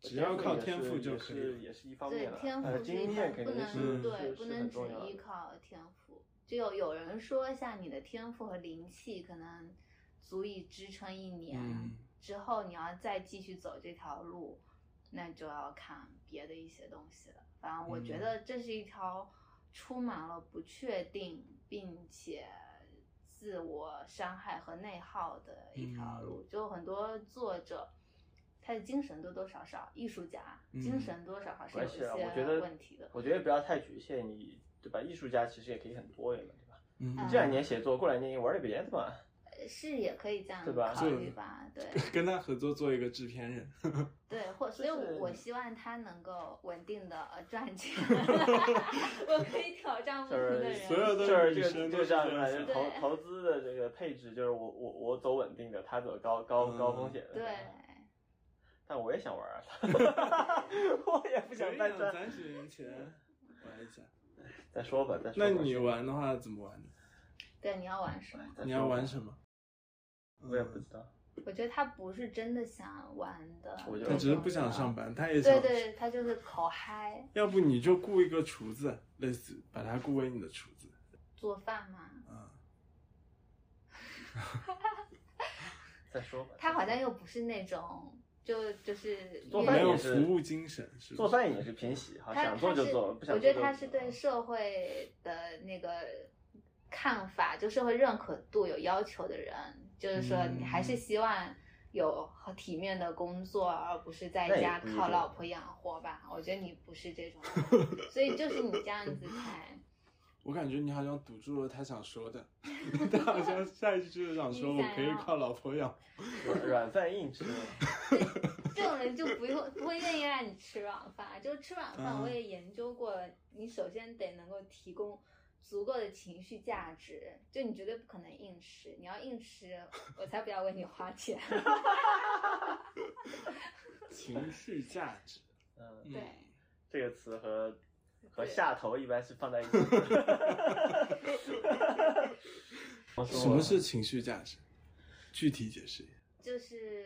Speaker 3: 只
Speaker 4: 天
Speaker 3: 要
Speaker 4: 赋
Speaker 3: 靠
Speaker 4: 也是
Speaker 3: 天赋就
Speaker 4: 也
Speaker 3: 可
Speaker 4: 是
Speaker 3: 以了。
Speaker 4: 也是一方
Speaker 1: 对
Speaker 4: 面了，，
Speaker 1: 天
Speaker 4: 呃
Speaker 1: 赋是
Speaker 4: 经
Speaker 1: 一般，
Speaker 4: 验肯
Speaker 1: 不
Speaker 4: 定
Speaker 1: 能
Speaker 4: 是
Speaker 3: 嗯
Speaker 1: 对，
Speaker 4: 是
Speaker 1: 不
Speaker 4: 是
Speaker 1: 能
Speaker 4: 很
Speaker 1: 只
Speaker 4: 重要的
Speaker 1: 依靠天赋。就有有人说，像你的天赋和灵气可能足以支撑一年，
Speaker 3: 嗯
Speaker 1: 之后你要再继续走这条路，那就要看别的一些东西了。反正我觉
Speaker 3: 嗯
Speaker 1: 得这是一条充满了不确定，并且。自我伤害和内耗的一条
Speaker 3: 嗯
Speaker 1: 路，就很多作者，他的精神多多少少，艺术家
Speaker 3: 嗯
Speaker 1: 精神多少还是有
Speaker 4: 关
Speaker 1: 一
Speaker 4: 系啊。
Speaker 1: 些
Speaker 4: 我觉得
Speaker 1: 问题的。
Speaker 4: 我觉得不要太局限你，对吧？艺术家其实也可以很多元嘛，对吧？
Speaker 3: 嗯，
Speaker 1: 嗯
Speaker 4: 这两年写作，过两年也玩点别的嘛。
Speaker 1: 呃是也可以这样
Speaker 4: 对吧
Speaker 1: 考虑吧，
Speaker 4: [laughs]
Speaker 1: 对
Speaker 3: 跟他合作做一个制片人，
Speaker 1: 对，或所以
Speaker 4: 就是
Speaker 1: 我，我希望他能够稳定的赚
Speaker 4: [laughs]
Speaker 1: 钱，我可以挑战不同的人，
Speaker 3: 所有的女
Speaker 4: 就是这
Speaker 3: 生
Speaker 4: 个
Speaker 3: 都
Speaker 4: 这
Speaker 3: 是
Speaker 4: 个
Speaker 3: 这样
Speaker 4: 叫什么来着？
Speaker 1: 对
Speaker 4: 投投资的这个配置就是我我我走稳定的，他走高高
Speaker 3: 嗯
Speaker 4: 高风险的。
Speaker 1: 对，
Speaker 4: 但我也想玩啊，
Speaker 3: [laughs]
Speaker 4: 我也不想
Speaker 3: 可以
Speaker 4: 搬
Speaker 3: 啊
Speaker 4: 砖。
Speaker 3: 暂时赢钱玩一
Speaker 4: [laughs]
Speaker 3: 下。
Speaker 4: 再说吧，再说
Speaker 3: 那
Speaker 4: 吧。
Speaker 3: 你玩的话怎么玩呢？
Speaker 1: 对，你要玩什么？
Speaker 4: 再
Speaker 3: 你要
Speaker 4: 说吧
Speaker 3: 玩什么？
Speaker 4: 我也不知道。
Speaker 1: 我觉得他不是真的想玩的，
Speaker 4: 我觉得
Speaker 3: 他只是不想上。班，他也
Speaker 1: 对。
Speaker 3: 想
Speaker 1: 对，他就是口嗨，
Speaker 3: 要不你就雇一个厨子，类似于把他雇为你的厨子，
Speaker 1: 做饭嘛，
Speaker 3: 嗯，
Speaker 4: 再说吧。
Speaker 1: 他好像又不是那种就就是
Speaker 4: 做饭
Speaker 3: 没
Speaker 1: 越
Speaker 3: 有
Speaker 4: 也是
Speaker 3: 服务精神，是吧
Speaker 4: 做饭也是平息，好
Speaker 1: 他
Speaker 4: 想做就做，不
Speaker 1: 他是
Speaker 4: 想
Speaker 1: 我觉
Speaker 4: 做就
Speaker 1: 得
Speaker 4: 不
Speaker 1: 他是
Speaker 4: 做 [laughs]
Speaker 1: 对
Speaker 4: 嗯
Speaker 1: 社会的那个看法，就社会认可度有要求的人，就是说
Speaker 3: 嗯
Speaker 1: 你还是希望有很体面的工作，而不是在
Speaker 4: 那也
Speaker 1: 家
Speaker 4: 不一
Speaker 1: 靠
Speaker 4: 定
Speaker 1: 老婆养活吧。我觉得你不是这种人，
Speaker 4: [laughs]
Speaker 1: 所以就是你这样子才。
Speaker 3: 我感觉你好像堵住了他想说的， [laughs] 他好像下一句就是想说
Speaker 1: 你
Speaker 3: 我
Speaker 1: 想
Speaker 3: 可以
Speaker 1: 要
Speaker 3: 靠老婆养。
Speaker 4: 软软饭硬吃。
Speaker 1: 这种人就不用不会愿意让你吃软饭，就是吃软饭，
Speaker 4: 嗯
Speaker 1: 我也研究过，你首先得能够提供足够的情绪价值，就你绝对不可能硬吃，你要硬吃，我才不要为你花
Speaker 4: [laughs]
Speaker 1: 钱。
Speaker 3: 情绪价值，
Speaker 4: 嗯，
Speaker 1: 对，
Speaker 4: 这个词和和
Speaker 1: 对
Speaker 4: 下头一般是放在一起。
Speaker 3: [laughs]
Speaker 4: [laughs]
Speaker 3: 什么是情绪价值？具体解释一下。
Speaker 1: 就是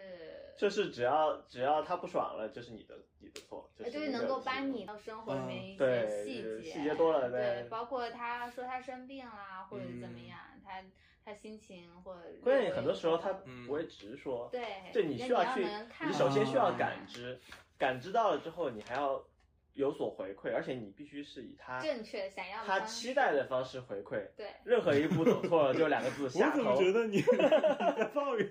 Speaker 4: 就是只要只要他不爽了，就是你的你的错，就
Speaker 1: 呃
Speaker 4: 是
Speaker 1: 就是
Speaker 4: 你的
Speaker 1: 能够
Speaker 4: 事
Speaker 1: 帮你到生活里面一
Speaker 4: 嗯对
Speaker 1: 些细
Speaker 4: 就是
Speaker 1: 节，
Speaker 4: 细节多了
Speaker 1: 对，
Speaker 4: 对
Speaker 1: 包括他说他生病啦，或者怎么
Speaker 3: 嗯
Speaker 1: 样，他他心情或者
Speaker 4: 关键很多时候他
Speaker 3: 嗯
Speaker 4: 不会直说，
Speaker 1: 对，
Speaker 4: 这
Speaker 1: 那
Speaker 4: 你
Speaker 1: 你
Speaker 4: 需要去
Speaker 1: 能，看
Speaker 4: 你首先
Speaker 1: 到
Speaker 4: 需要
Speaker 1: 他
Speaker 4: 感知，感知到了之后，你还要有所回馈，而且你必须是以他
Speaker 1: 正确想要的
Speaker 4: 他
Speaker 1: 方
Speaker 4: 期
Speaker 1: 式
Speaker 4: 待的方式回馈。
Speaker 1: 对。
Speaker 4: 任何一步走错了，就两个字
Speaker 3: 我
Speaker 4: 下
Speaker 3: 怎么
Speaker 4: 头。
Speaker 3: 觉 [laughs] 得你你在抱怨？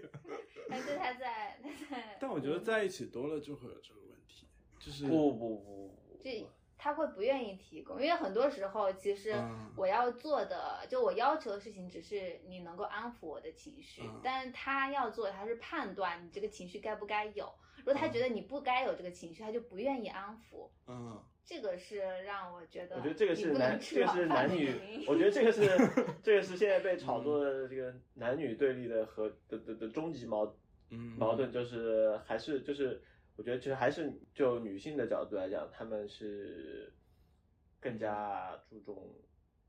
Speaker 1: 但是他在 [laughs] 他在，
Speaker 3: 但我觉得在一起多了就会有这个问题，就是
Speaker 4: 不不不不不
Speaker 1: 这他会不愿意提供，因为很多时候其实
Speaker 3: 嗯
Speaker 1: 我要做的，就我要求的事情，只是你能够安抚我的情绪，
Speaker 3: 嗯
Speaker 1: 但是他要做的，他是判断你这个情绪该不该有。如果
Speaker 4: 嗯
Speaker 1: 他觉得你不该有这个情绪，他就不愿意安抚。
Speaker 3: 嗯，
Speaker 1: 这个是让我觉得，
Speaker 4: 我觉得这个是男，这个是男女，我
Speaker 1: 我
Speaker 4: 觉得这个是
Speaker 3: [laughs]
Speaker 4: 这个是现在被炒作
Speaker 3: 嗯
Speaker 4: 的这个男女对立的和的的的终极矛
Speaker 3: 嗯
Speaker 4: 矛盾，就是还是就是我觉得其实还是就女性的角度来讲，他们是更加注重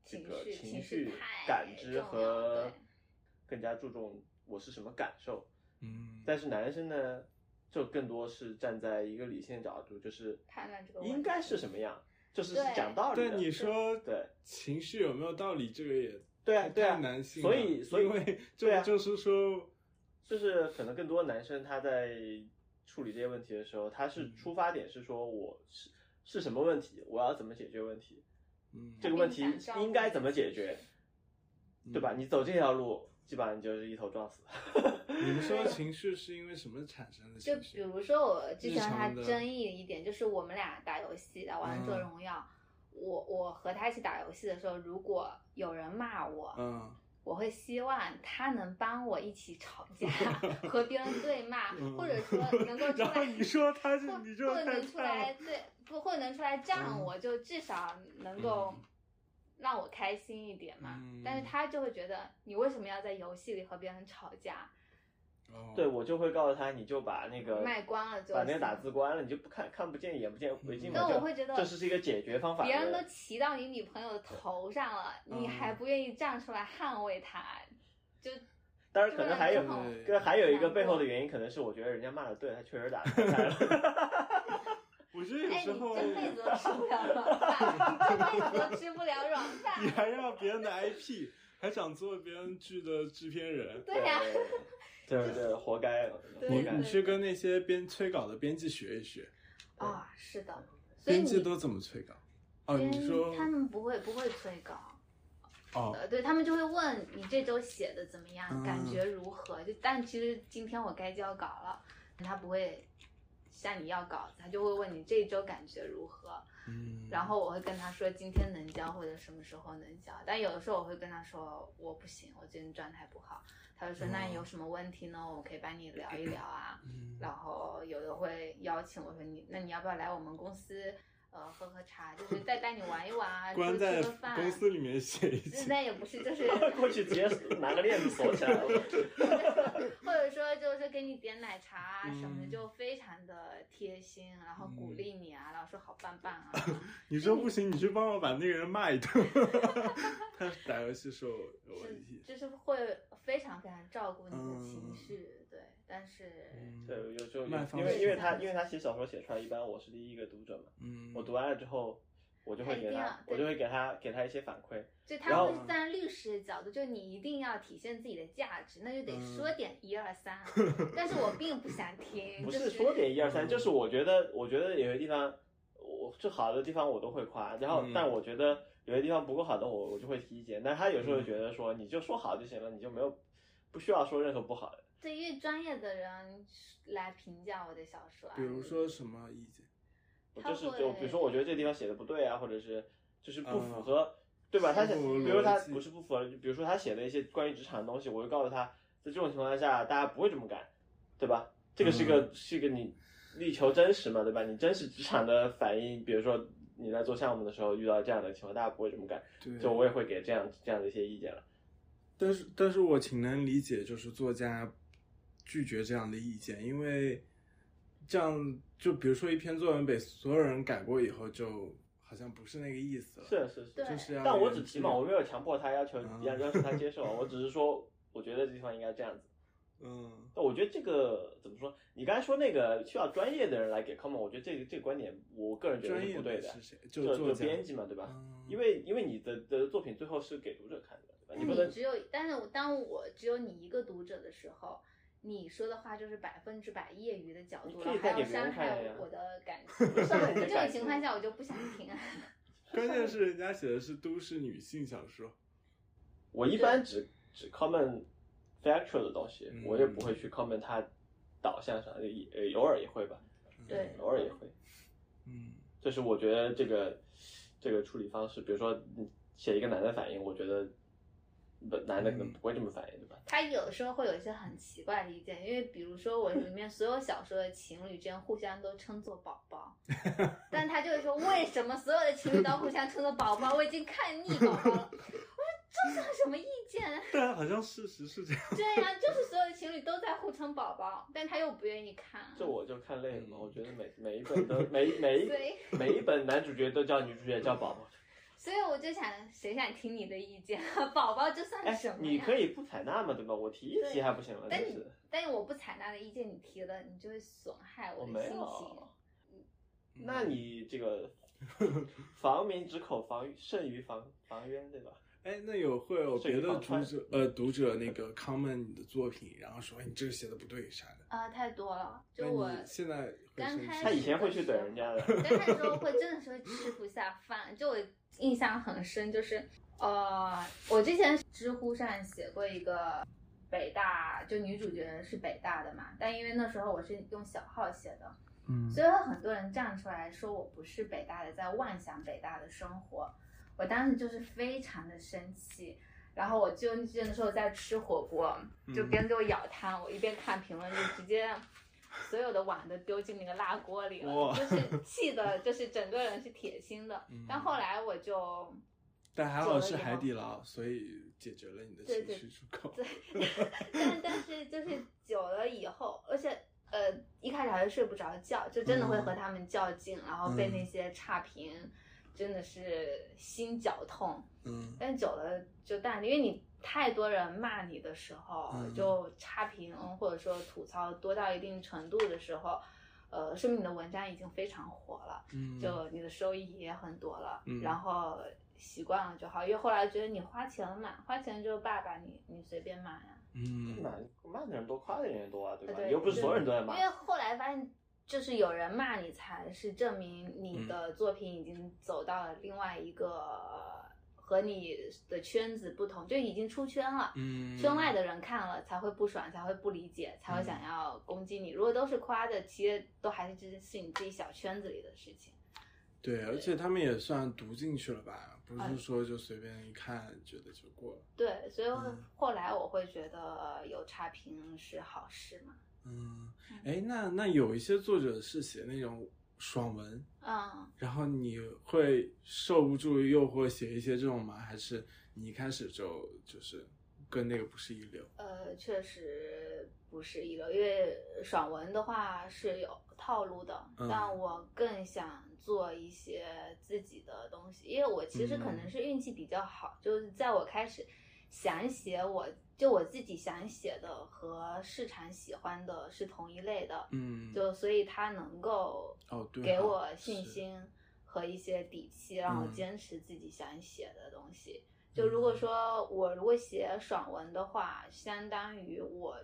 Speaker 4: 这个
Speaker 1: 嗯情绪
Speaker 4: 情
Speaker 1: 情
Speaker 4: 绪
Speaker 1: 绪太
Speaker 4: 感知
Speaker 1: 重要
Speaker 4: 和
Speaker 1: 对
Speaker 4: 更加注重我是什么感受，
Speaker 3: 嗯
Speaker 4: 但是男生呢，就更多是站在一个理性的角度，就是
Speaker 1: 判断这个问题
Speaker 4: 应该是什么样，就是是
Speaker 1: 对
Speaker 4: 讲道理的。
Speaker 3: 但你说
Speaker 4: 对
Speaker 3: 情绪有没有道理，这个也
Speaker 4: 对啊
Speaker 3: 太
Speaker 4: 对啊
Speaker 3: 太男性了，
Speaker 4: 所以所以
Speaker 3: 因为
Speaker 4: 对
Speaker 3: 这
Speaker 4: 啊
Speaker 3: 就是说，
Speaker 4: 就是可能更多男生他在处理这些问题的时候，他是出发点是说我是是什么问题，我要怎么解决问题，
Speaker 3: 嗯，
Speaker 4: 这个问题
Speaker 1: 敏感照顾
Speaker 4: 应该怎么解决，对吧？你走这条路，基本上你就是一头撞死。
Speaker 1: [laughs]
Speaker 3: 你们说情绪是因为什么产生的
Speaker 1: 就
Speaker 3: 情
Speaker 1: 比
Speaker 3: 绪？
Speaker 1: 如说我之前和他
Speaker 3: 日常的
Speaker 1: 争议一点，就是我们俩打游戏打
Speaker 4: 嗯
Speaker 1: 王者荣耀，我我和他一起打游戏的时候，如果有人骂我，
Speaker 3: 嗯
Speaker 1: 我会希望他能帮我一起吵
Speaker 3: [laughs]
Speaker 1: 架，和别人对骂，
Speaker 3: 嗯
Speaker 1: 啊或者说能
Speaker 3: [laughs]
Speaker 1: 够出
Speaker 3: 然后
Speaker 1: 来，
Speaker 3: 你说他是
Speaker 1: 或
Speaker 3: 你就
Speaker 1: 或者
Speaker 3: 太嗯
Speaker 1: 能出来
Speaker 3: 菜
Speaker 1: 对，不或者能出来站我，就至少能够让我开心一点嘛。
Speaker 3: 嗯
Speaker 1: 但是他就会觉得你为什么要在游戏里和别人吵架，
Speaker 3: 了，哦
Speaker 4: [laughs] 对，我就会告诉他，你就把那个
Speaker 1: 卖光了就
Speaker 4: 把那个
Speaker 1: 行
Speaker 4: 打字关了，你就不看看不见眼不见
Speaker 3: 嗯
Speaker 4: 为净嘛。
Speaker 1: 但我
Speaker 4: 这
Speaker 1: 会觉得
Speaker 4: 这是一个解决方法。
Speaker 1: 别人都骑到你女朋友的头上了，
Speaker 3: 嗯
Speaker 1: 你还不愿意站出来捍卫她，就
Speaker 4: 当然可能还有
Speaker 1: 这个
Speaker 3: 对
Speaker 4: 跟还有一个背后的原因，可能是我觉得人家骂的对，他确实打得太了。
Speaker 3: 我觉得有
Speaker 1: 哎，
Speaker 3: 时
Speaker 1: 你
Speaker 3: 候 [laughs]
Speaker 1: 这辈子都吃不了软饭，你这辈子都吃不了软饭
Speaker 3: [laughs] 你。还要别人的 IP，还想做别人剧的制片人。
Speaker 1: 对呀、
Speaker 4: 对对对，活该，
Speaker 1: 对
Speaker 3: 你
Speaker 4: 活该
Speaker 3: 你。去跟那些编催稿的编辑学一学，
Speaker 1: 啊、是的，所以
Speaker 3: 编
Speaker 1: 你
Speaker 3: 辑都怎么催稿？哦，你说
Speaker 1: 他们不会不会催稿，
Speaker 3: 哦，
Speaker 1: 呃，对他们就会问你这周写的怎么样，
Speaker 3: 嗯
Speaker 1: 感觉如何？就但其实今天我该交稿了，他不会向你要稿子，他就会问你这一周感觉如何。
Speaker 3: 嗯，
Speaker 1: 然后我会跟他说今天能交或者什么时候能交，但有的时候我会跟他说我不行，我最近状态不好。他就说
Speaker 3: 嗯
Speaker 1: 那有什么问题呢？我可以帮你聊一聊啊。
Speaker 3: 嗯
Speaker 1: 然后有的会邀请我说你那你要不要来我们公司呃喝喝茶，就是再带你玩一玩啊，出
Speaker 3: 关
Speaker 1: 去
Speaker 3: 在
Speaker 1: 吃个饭。
Speaker 3: 公司里面
Speaker 1: [laughs]
Speaker 3: 写一写，
Speaker 1: 那也不是，
Speaker 3: [laughs]
Speaker 1: 就是
Speaker 4: 过去直接拿个链子锁起来了。
Speaker 1: 或者说就是给你点奶茶啊什么的，
Speaker 3: 嗯
Speaker 1: 就非常的贴心，然后鼓励你啊，然后说好棒棒
Speaker 3: [laughs]
Speaker 1: 啊。
Speaker 3: 你说不行，你去帮我把那个人骂一顿。 [laughs] 他打游戏说我有问
Speaker 1: 是
Speaker 4: [laughs]
Speaker 3: 题，
Speaker 1: 就是会非常非常照顾你的情
Speaker 3: 嗯
Speaker 1: 绪，对，但是、
Speaker 4: 对，有时候
Speaker 3: 卖方
Speaker 4: 因为因为
Speaker 1: 式
Speaker 4: 他因为他写小说写出来，一般我是第一个读者嘛，
Speaker 3: 嗯，
Speaker 4: 我读完了之后，我就会
Speaker 1: 他一
Speaker 4: 给他
Speaker 1: 定要，对
Speaker 4: 我就会给他给他一些反馈。
Speaker 1: 就
Speaker 4: 然
Speaker 1: 他
Speaker 4: 后
Speaker 1: 会站律师的角度，就你一定要体现自己的价值，那就得
Speaker 3: 嗯
Speaker 1: 说点一二
Speaker 4: [laughs]
Speaker 1: 三。啊但是我并不想听，
Speaker 4: 不
Speaker 1: 就是
Speaker 4: 说点一二
Speaker 3: 嗯
Speaker 4: 三，就是我觉得，我觉得有些地方，我最好的地方我都会夸，然后、
Speaker 3: 嗯
Speaker 4: 但我觉得有些地方不够好的我，我就会提意见。但他有时
Speaker 3: 嗯
Speaker 4: 候觉得说，你就说好就行了，你就没有不需要说任何不好的。
Speaker 1: 对于专业的人来评价我的小说啊，
Speaker 3: 比如说什么意见？
Speaker 4: 我
Speaker 1: 他
Speaker 4: 就是
Speaker 1: 会
Speaker 4: 就比如说，我觉得这地方写的不对啊，或者是就是不符合，对吧？
Speaker 3: 不符
Speaker 4: 他
Speaker 3: 合
Speaker 4: 写，
Speaker 3: 嗯逻辑
Speaker 4: 比如他不是不符合，就比如说他写的一些关于职场的东西，我就告诉他，在这种情况下，大家不会这么干，对吧？这个是一个、
Speaker 3: 嗯
Speaker 4: 是一个你力求真实嘛，对吧？你真实职场的反应，比如说你在做项目的时候遇到这样的情况，大家不会这么干，
Speaker 3: 对，
Speaker 4: 就我也会给这样这样的一些意见了。
Speaker 3: 但是，但是我挺能理解，就是作家拒绝这样的意见，因为这样就比如说一篇作文被所有人改过以后，就好像不是那个意思了。
Speaker 4: 是是是
Speaker 1: 对，
Speaker 4: 啊
Speaker 3: 就是要
Speaker 4: 但我
Speaker 3: 有
Speaker 4: 只
Speaker 3: 人
Speaker 4: 提嘛，
Speaker 3: 去
Speaker 4: 我没有强迫他要求
Speaker 3: 嗯
Speaker 4: 要要求他接受，啊我只是说我觉得这地方应该这样子。
Speaker 3: 嗯
Speaker 4: 那我觉得这个怎么说？你刚才说那个需要专业的人来给 comment，我觉得这个这个观点，我个人觉得
Speaker 3: 专
Speaker 4: 是
Speaker 3: 业
Speaker 4: 不对
Speaker 3: 的
Speaker 4: 的。
Speaker 3: 是谁？
Speaker 4: 就
Speaker 3: 就作
Speaker 4: 就
Speaker 3: 家，
Speaker 4: 编辑嘛，对吧？
Speaker 3: 嗯
Speaker 4: 因为因为你的的作品最后是给读者看的，对吧？
Speaker 1: 但
Speaker 4: 你不能
Speaker 1: 你只有，嗯但是我当我只有你一个读者的时候，你说的话就是百分之百业余的角
Speaker 4: 你
Speaker 1: 度，
Speaker 4: 可以
Speaker 1: 了，
Speaker 4: 再
Speaker 1: 还要
Speaker 4: 给别人
Speaker 1: 伤
Speaker 4: 看
Speaker 1: 害
Speaker 4: 呀
Speaker 1: 我的
Speaker 4: [laughs]
Speaker 1: 感情。
Speaker 4: 伤害你
Speaker 1: 这
Speaker 4: 的
Speaker 1: 种
Speaker 4: 感
Speaker 1: 情
Speaker 4: 情
Speaker 1: 况下，我就不想听啊。
Speaker 3: 关键是人家写的是都市女性小说，
Speaker 4: 我一般只只 comment factual 的东西
Speaker 3: 嗯，
Speaker 4: 我也不会去 comment 呃它导向上，也也偶尔也会吧，
Speaker 1: 对
Speaker 4: 偶尔也会。
Speaker 3: 嗯，
Speaker 4: 这是我觉得这个这个处理方式，比如说你写一个男的反应，我觉得不男的可
Speaker 3: 嗯
Speaker 4: 能不会这么反应，对吧？
Speaker 1: 他有时候会有一些很奇怪的意见，因为比如说我里面所有小说的情侣之间互相都称作宝宝，
Speaker 4: [laughs]
Speaker 1: 但他就会说为什么所有的情侣都互相称作宝宝？我已经看腻宝宝了。我 [laughs] 说这算什么意见
Speaker 3: [laughs]
Speaker 1: 啊？ [laughs]
Speaker 7: 对啊，好像事实是这样。
Speaker 1: 对呀、就是所有的情侣都在互称宝宝，但他又不愿意看。啊
Speaker 4: 这我就看累了嘛，我觉得每每一本都每每一
Speaker 1: 所以，
Speaker 4: 每一本男主角都叫女主角叫宝
Speaker 1: [laughs]
Speaker 4: 宝，
Speaker 1: 所以我就想，谁想听你的意见？啊 [laughs] 宝宝这算
Speaker 4: 哎
Speaker 1: 什，么呀？
Speaker 4: 你可以不采纳嘛，对吧？我提一提还不行吗？
Speaker 1: 但
Speaker 4: 就
Speaker 1: 你
Speaker 4: 是
Speaker 1: 但是我不采纳的意见你提了，你就会损害
Speaker 4: 我
Speaker 1: 我
Speaker 4: 没
Speaker 1: 的心情。
Speaker 4: 有，那你这个防民之口防胜于防防冤，对吧？
Speaker 3: 哎，那有会有
Speaker 4: 这个
Speaker 3: 别的
Speaker 4: 好
Speaker 3: 读
Speaker 4: 看
Speaker 3: 者呃读者那个 comment 你的作品，然后说哎你这个写的不对啥的，
Speaker 1: 啊、太多了，
Speaker 3: 那
Speaker 1: 就我
Speaker 3: 你现在会
Speaker 1: 刚
Speaker 3: 生气
Speaker 1: 开
Speaker 4: 他
Speaker 1: 始
Speaker 4: 以前会去怼人家的， [laughs]
Speaker 1: 但那时候会真的是会吃不下饭，就我印象很深，就是呃，我之前知乎上写过一个北大，就女主角是北大的嘛，但因为那时候我是用小号写的，
Speaker 3: 嗯
Speaker 1: 所以会很多人站出来说我不是北大的，在妄想北大的生活，我当时就是非常的生气。然后我就那时候在吃火锅，就
Speaker 3: 嗯
Speaker 1: 别人给我舀汤，我一边看评论就直接所有的碗都丢进那个辣锅里了，
Speaker 3: 哇嗯
Speaker 1: 就是气的，就是整个人是铁心的。但后来我就
Speaker 3: 但还好是海底捞，所以解决了你的
Speaker 1: 对
Speaker 3: 情
Speaker 1: 对
Speaker 3: 绪出口。
Speaker 1: 对，但但是就是久了以后，而且呃一开始还是睡不着觉，就真的会和
Speaker 3: 嗯
Speaker 1: 他们较劲，然后被那些差评真的是心绞痛。 [laughs]
Speaker 3: 嗯
Speaker 1: 但久了就淡了，因为你太多人骂你的时候，
Speaker 3: 嗯
Speaker 1: 就差评或者说吐槽多到一定程度的时候，呃，说明你的文章已经非常火了，
Speaker 3: 嗯，
Speaker 1: 就你的收益也很多了，
Speaker 3: 嗯
Speaker 1: 然后习惯了就好。因为后来觉得你花钱了嘛，花钱就爸爸你你随便骂呀、
Speaker 3: 嗯
Speaker 4: 骂骂的人多，夸的人也多啊，对吧？
Speaker 1: 呃对
Speaker 4: 又不是所有人都在
Speaker 1: 因
Speaker 4: 骂。
Speaker 1: 为后来发现。就是有人骂你，才是证明你的作品已经走到了另外一个呃和你的圈子不同，就已经出圈了。
Speaker 3: 嗯，
Speaker 1: 圈外的人看了才会不爽，才会不理解，才会想要攻击你。如果都是夸的，其实都还是只是你自己小圈子里的事情。
Speaker 3: 对，而且他们也算读进去了吧，不
Speaker 1: 哎
Speaker 3: 是说就随便一看觉得就过了。
Speaker 1: 对，所以我
Speaker 3: 嗯
Speaker 1: 后来我会觉得有差评是好事嘛。
Speaker 3: 嗯，哎，那那有一些作者是写那种爽文，
Speaker 1: 嗯，
Speaker 3: 然后你会受不住诱惑写一些这种吗？还是你一开始就就是跟那个不是一流？
Speaker 1: 呃，确实不是一流，因为爽文的话是有套路的，
Speaker 3: 嗯
Speaker 1: 但我更想做一些自己的东西，因为我其实可
Speaker 3: 嗯
Speaker 1: 能是运气比较好，就是在我开始想写我就我自己想写的和市场喜欢的是同一类的，
Speaker 3: 嗯，
Speaker 1: 就所以它能够
Speaker 3: 哦对
Speaker 1: 给
Speaker 3: 哈
Speaker 1: 我信
Speaker 3: 是
Speaker 1: 心和一些底气，让我
Speaker 3: 嗯
Speaker 1: 坚持自己想写的东西。就如果说我如果写爽文的话，相当于我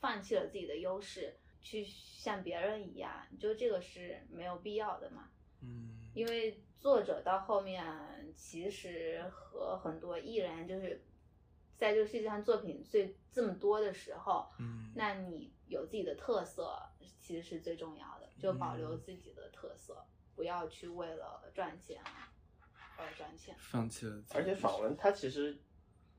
Speaker 1: 放弃了自己的优势，去像别人一样，就这个是没有必要的嘛。
Speaker 3: 嗯
Speaker 1: 因为作者到后面其实和很多艺人就是在这个世界上作品最这么多的时候，
Speaker 3: 嗯，
Speaker 1: 那你有自己的特色其实是最重要的，就保留
Speaker 4: 嗯
Speaker 1: 自己的特色，不要去为了赚钱而赚钱。
Speaker 3: 放弃了自己的
Speaker 4: 而
Speaker 1: 嗯
Speaker 4: 且爽
Speaker 3: 爽
Speaker 4: 文它其实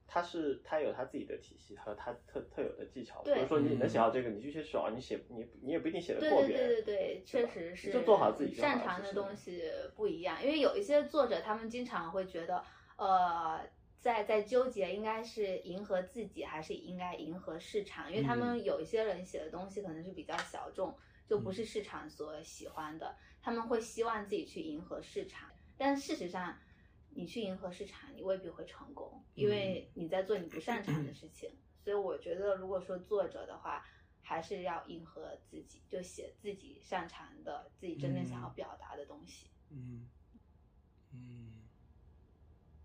Speaker 4: 它是它有它自己的体系和它特特有的技巧，比
Speaker 1: 对
Speaker 4: 如说你能
Speaker 3: 嗯
Speaker 4: 写到这个，你去写爽，你写你你也不一定写得
Speaker 1: 对
Speaker 4: 过
Speaker 1: 对
Speaker 4: 别
Speaker 1: 对
Speaker 4: 人。
Speaker 1: 对对，确
Speaker 4: 吧
Speaker 1: 实
Speaker 4: 你
Speaker 1: 是
Speaker 4: 就做好自己就好
Speaker 1: 擅
Speaker 4: 了
Speaker 1: 长
Speaker 4: 其
Speaker 1: 的
Speaker 4: 实
Speaker 1: 东西不一样，因为有一些作者他们经常会觉得，呃，在在纠结应该是迎合自己还是应该迎合市场，因
Speaker 4: 嗯
Speaker 1: 为他们有一些人写的东西可能是比较小众，就
Speaker 4: 嗯
Speaker 1: 不是市场所喜欢的，他们会希望自己去迎合市场，但事实上。你去迎合市场，你未必会成功，因为
Speaker 4: 嗯
Speaker 1: 你在做你不擅长的事情。
Speaker 4: [clears throat]
Speaker 1: 所以我觉得，如果说作者的话，还是要迎合自己，就写自己擅长的、自己真正想要
Speaker 4: 嗯
Speaker 1: 表达的东西。
Speaker 3: 嗯嗯。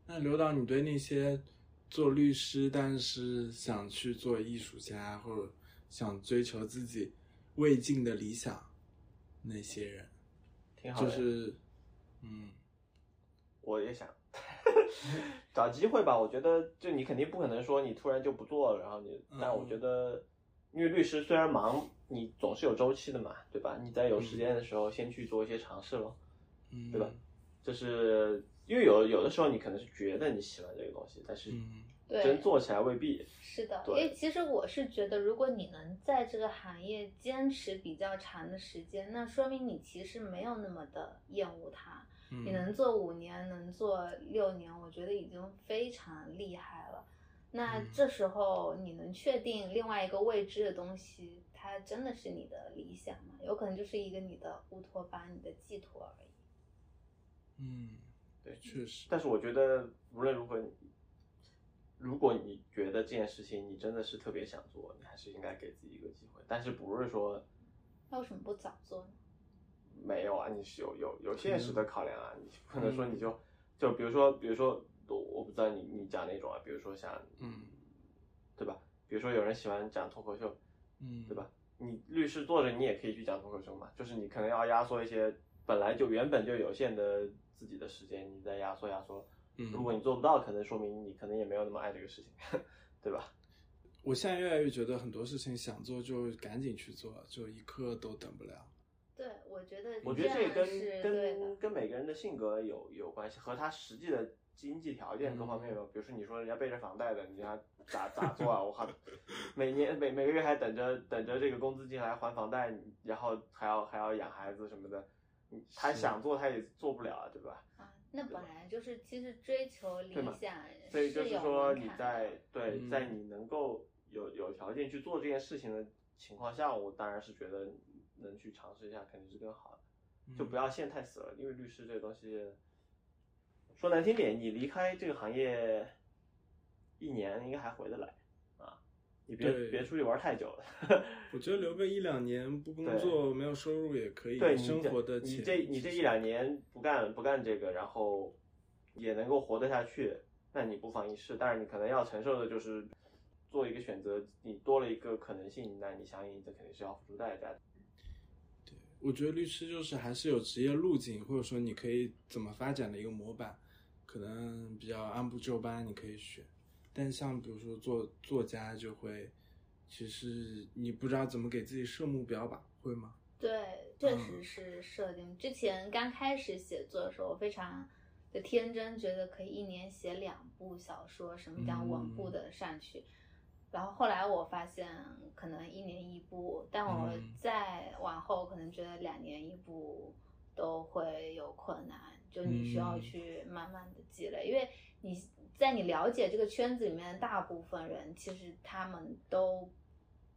Speaker 3: 那刘导，你对那些做律师但是想去做艺术家或者想追求自己未尽的理想那些人，
Speaker 4: 挺好
Speaker 3: 就
Speaker 4: 的。
Speaker 3: 是嗯
Speaker 4: 我也想 [laughs] 找机会吧。我觉得，就你肯定不可能说你突然就不做了，然后你，
Speaker 3: 嗯
Speaker 4: 但我觉得，因为律师虽然忙，你总是有周期的嘛，对吧？你在有时间的时候，先去做一些尝试咯。
Speaker 3: 嗯
Speaker 4: 对吧？就是因为有有的时候你可能是觉得你喜欢这个东西，但是
Speaker 3: 嗯
Speaker 4: 真
Speaker 1: 对，
Speaker 4: 做起来未必。
Speaker 1: 是的，因
Speaker 4: 对
Speaker 1: 为其实我是觉得，如果你能在这个行业坚持比较长的时间，那说明你其实没有那么的厌恶它。
Speaker 3: 嗯
Speaker 4: 嗯
Speaker 1: 你能做五年，能做六年，我觉得已经非常厉害了。那
Speaker 4: 嗯
Speaker 1: 这时候你能确定另外一个未知的东西，它真的是你的理想吗？有可能就是一个你的乌托邦、你的寄托而已。
Speaker 3: 嗯，
Speaker 4: 对
Speaker 3: 确实，
Speaker 4: 但是我觉得无论如何，你如果你觉得这件事情你真的是特别想做，你还是应该给自己一个机会。但是不是说
Speaker 1: 那为什么不早做呢？
Speaker 4: 没有啊，你是有有有现实的考量啊，你不能说你就就比如说比如说我我不知道你你讲那种啊，比如说像
Speaker 3: 嗯
Speaker 4: 对吧？比如说有人喜欢讲脱口秀，
Speaker 3: 嗯，
Speaker 4: 对吧？你律师做着，你也可以去讲脱口秀嘛，就是你可能要压缩一些本来就原本就有限的自己的时间，你再压缩压缩。
Speaker 3: 嗯，
Speaker 4: 如果你做不到，可能说明你可能也没有那么爱这个事情，对吧？
Speaker 3: 我现在越来越觉得很多事情想做就赶紧去做，就一刻都等不了。
Speaker 1: 对，我觉得
Speaker 4: 我觉得
Speaker 1: 这
Speaker 4: 这也
Speaker 1: 样
Speaker 4: 跟
Speaker 1: 是对的
Speaker 4: 跟。跟每个人的性格有有关系，和他实际的经济条件各方
Speaker 3: 嗯
Speaker 4: 面有。比如说，你说人家背着房贷的，你让他咋咋做啊？我靠， [laughs] 每年每每个月还等着等着这个工资进来还房贷，然后还要还要养孩子什么的，你他
Speaker 3: 是
Speaker 4: 想做他也做不了啊，对吧？
Speaker 1: 啊，那本来就是，其实追求理
Speaker 4: 对嘛
Speaker 1: 想，
Speaker 4: 所以就是
Speaker 1: 有
Speaker 4: 说
Speaker 1: 门
Speaker 4: 你
Speaker 1: 槛
Speaker 4: 在
Speaker 1: 的
Speaker 4: 对、
Speaker 3: 嗯
Speaker 4: 在你能够有有条件去做这件事情的情况下，我当然是觉得能去尝试一下肯定是更好的，
Speaker 3: 嗯
Speaker 4: 就不要陷太死了，因为律师这个东西，说难听点，你离开这个行业一年应该还回得来啊，你别
Speaker 3: 对
Speaker 4: 别出去玩太久了，
Speaker 3: 嗯我觉得留个一两年不工
Speaker 4: 对
Speaker 3: 作没有收入也可以，
Speaker 4: 对你
Speaker 3: 生
Speaker 4: 这
Speaker 3: 活的
Speaker 4: 你
Speaker 3: 钱
Speaker 4: 这你这一两年不干不干这个，然后也能够活得下去，那你不妨一试。但是你可能要承受的就是做一个选择，你多了一个可能性，那你相应这肯定是要付出代价的。
Speaker 3: 我觉得律师就是还是有职业路径，或者说你可以怎么发展的一个模板，可能比较按部就班，你可以选。但像比如说做作家就会，其实你不知道怎么给自己设目标吧？会吗？
Speaker 1: 对，
Speaker 3: 嗯
Speaker 1: 确实是设定。之前刚开始写作的时候，我非常的天真，觉得可以一年写两部小说，什么这样稳
Speaker 3: 嗯
Speaker 1: 步的上去。然后后来我发现，可能一年一部，但我
Speaker 3: 嗯
Speaker 1: 再往后可能觉得两年一部都会有困难，就你需要
Speaker 3: 嗯
Speaker 1: 去慢慢的积累，因为你在你了解这个圈子里面的大部分人，其实他们都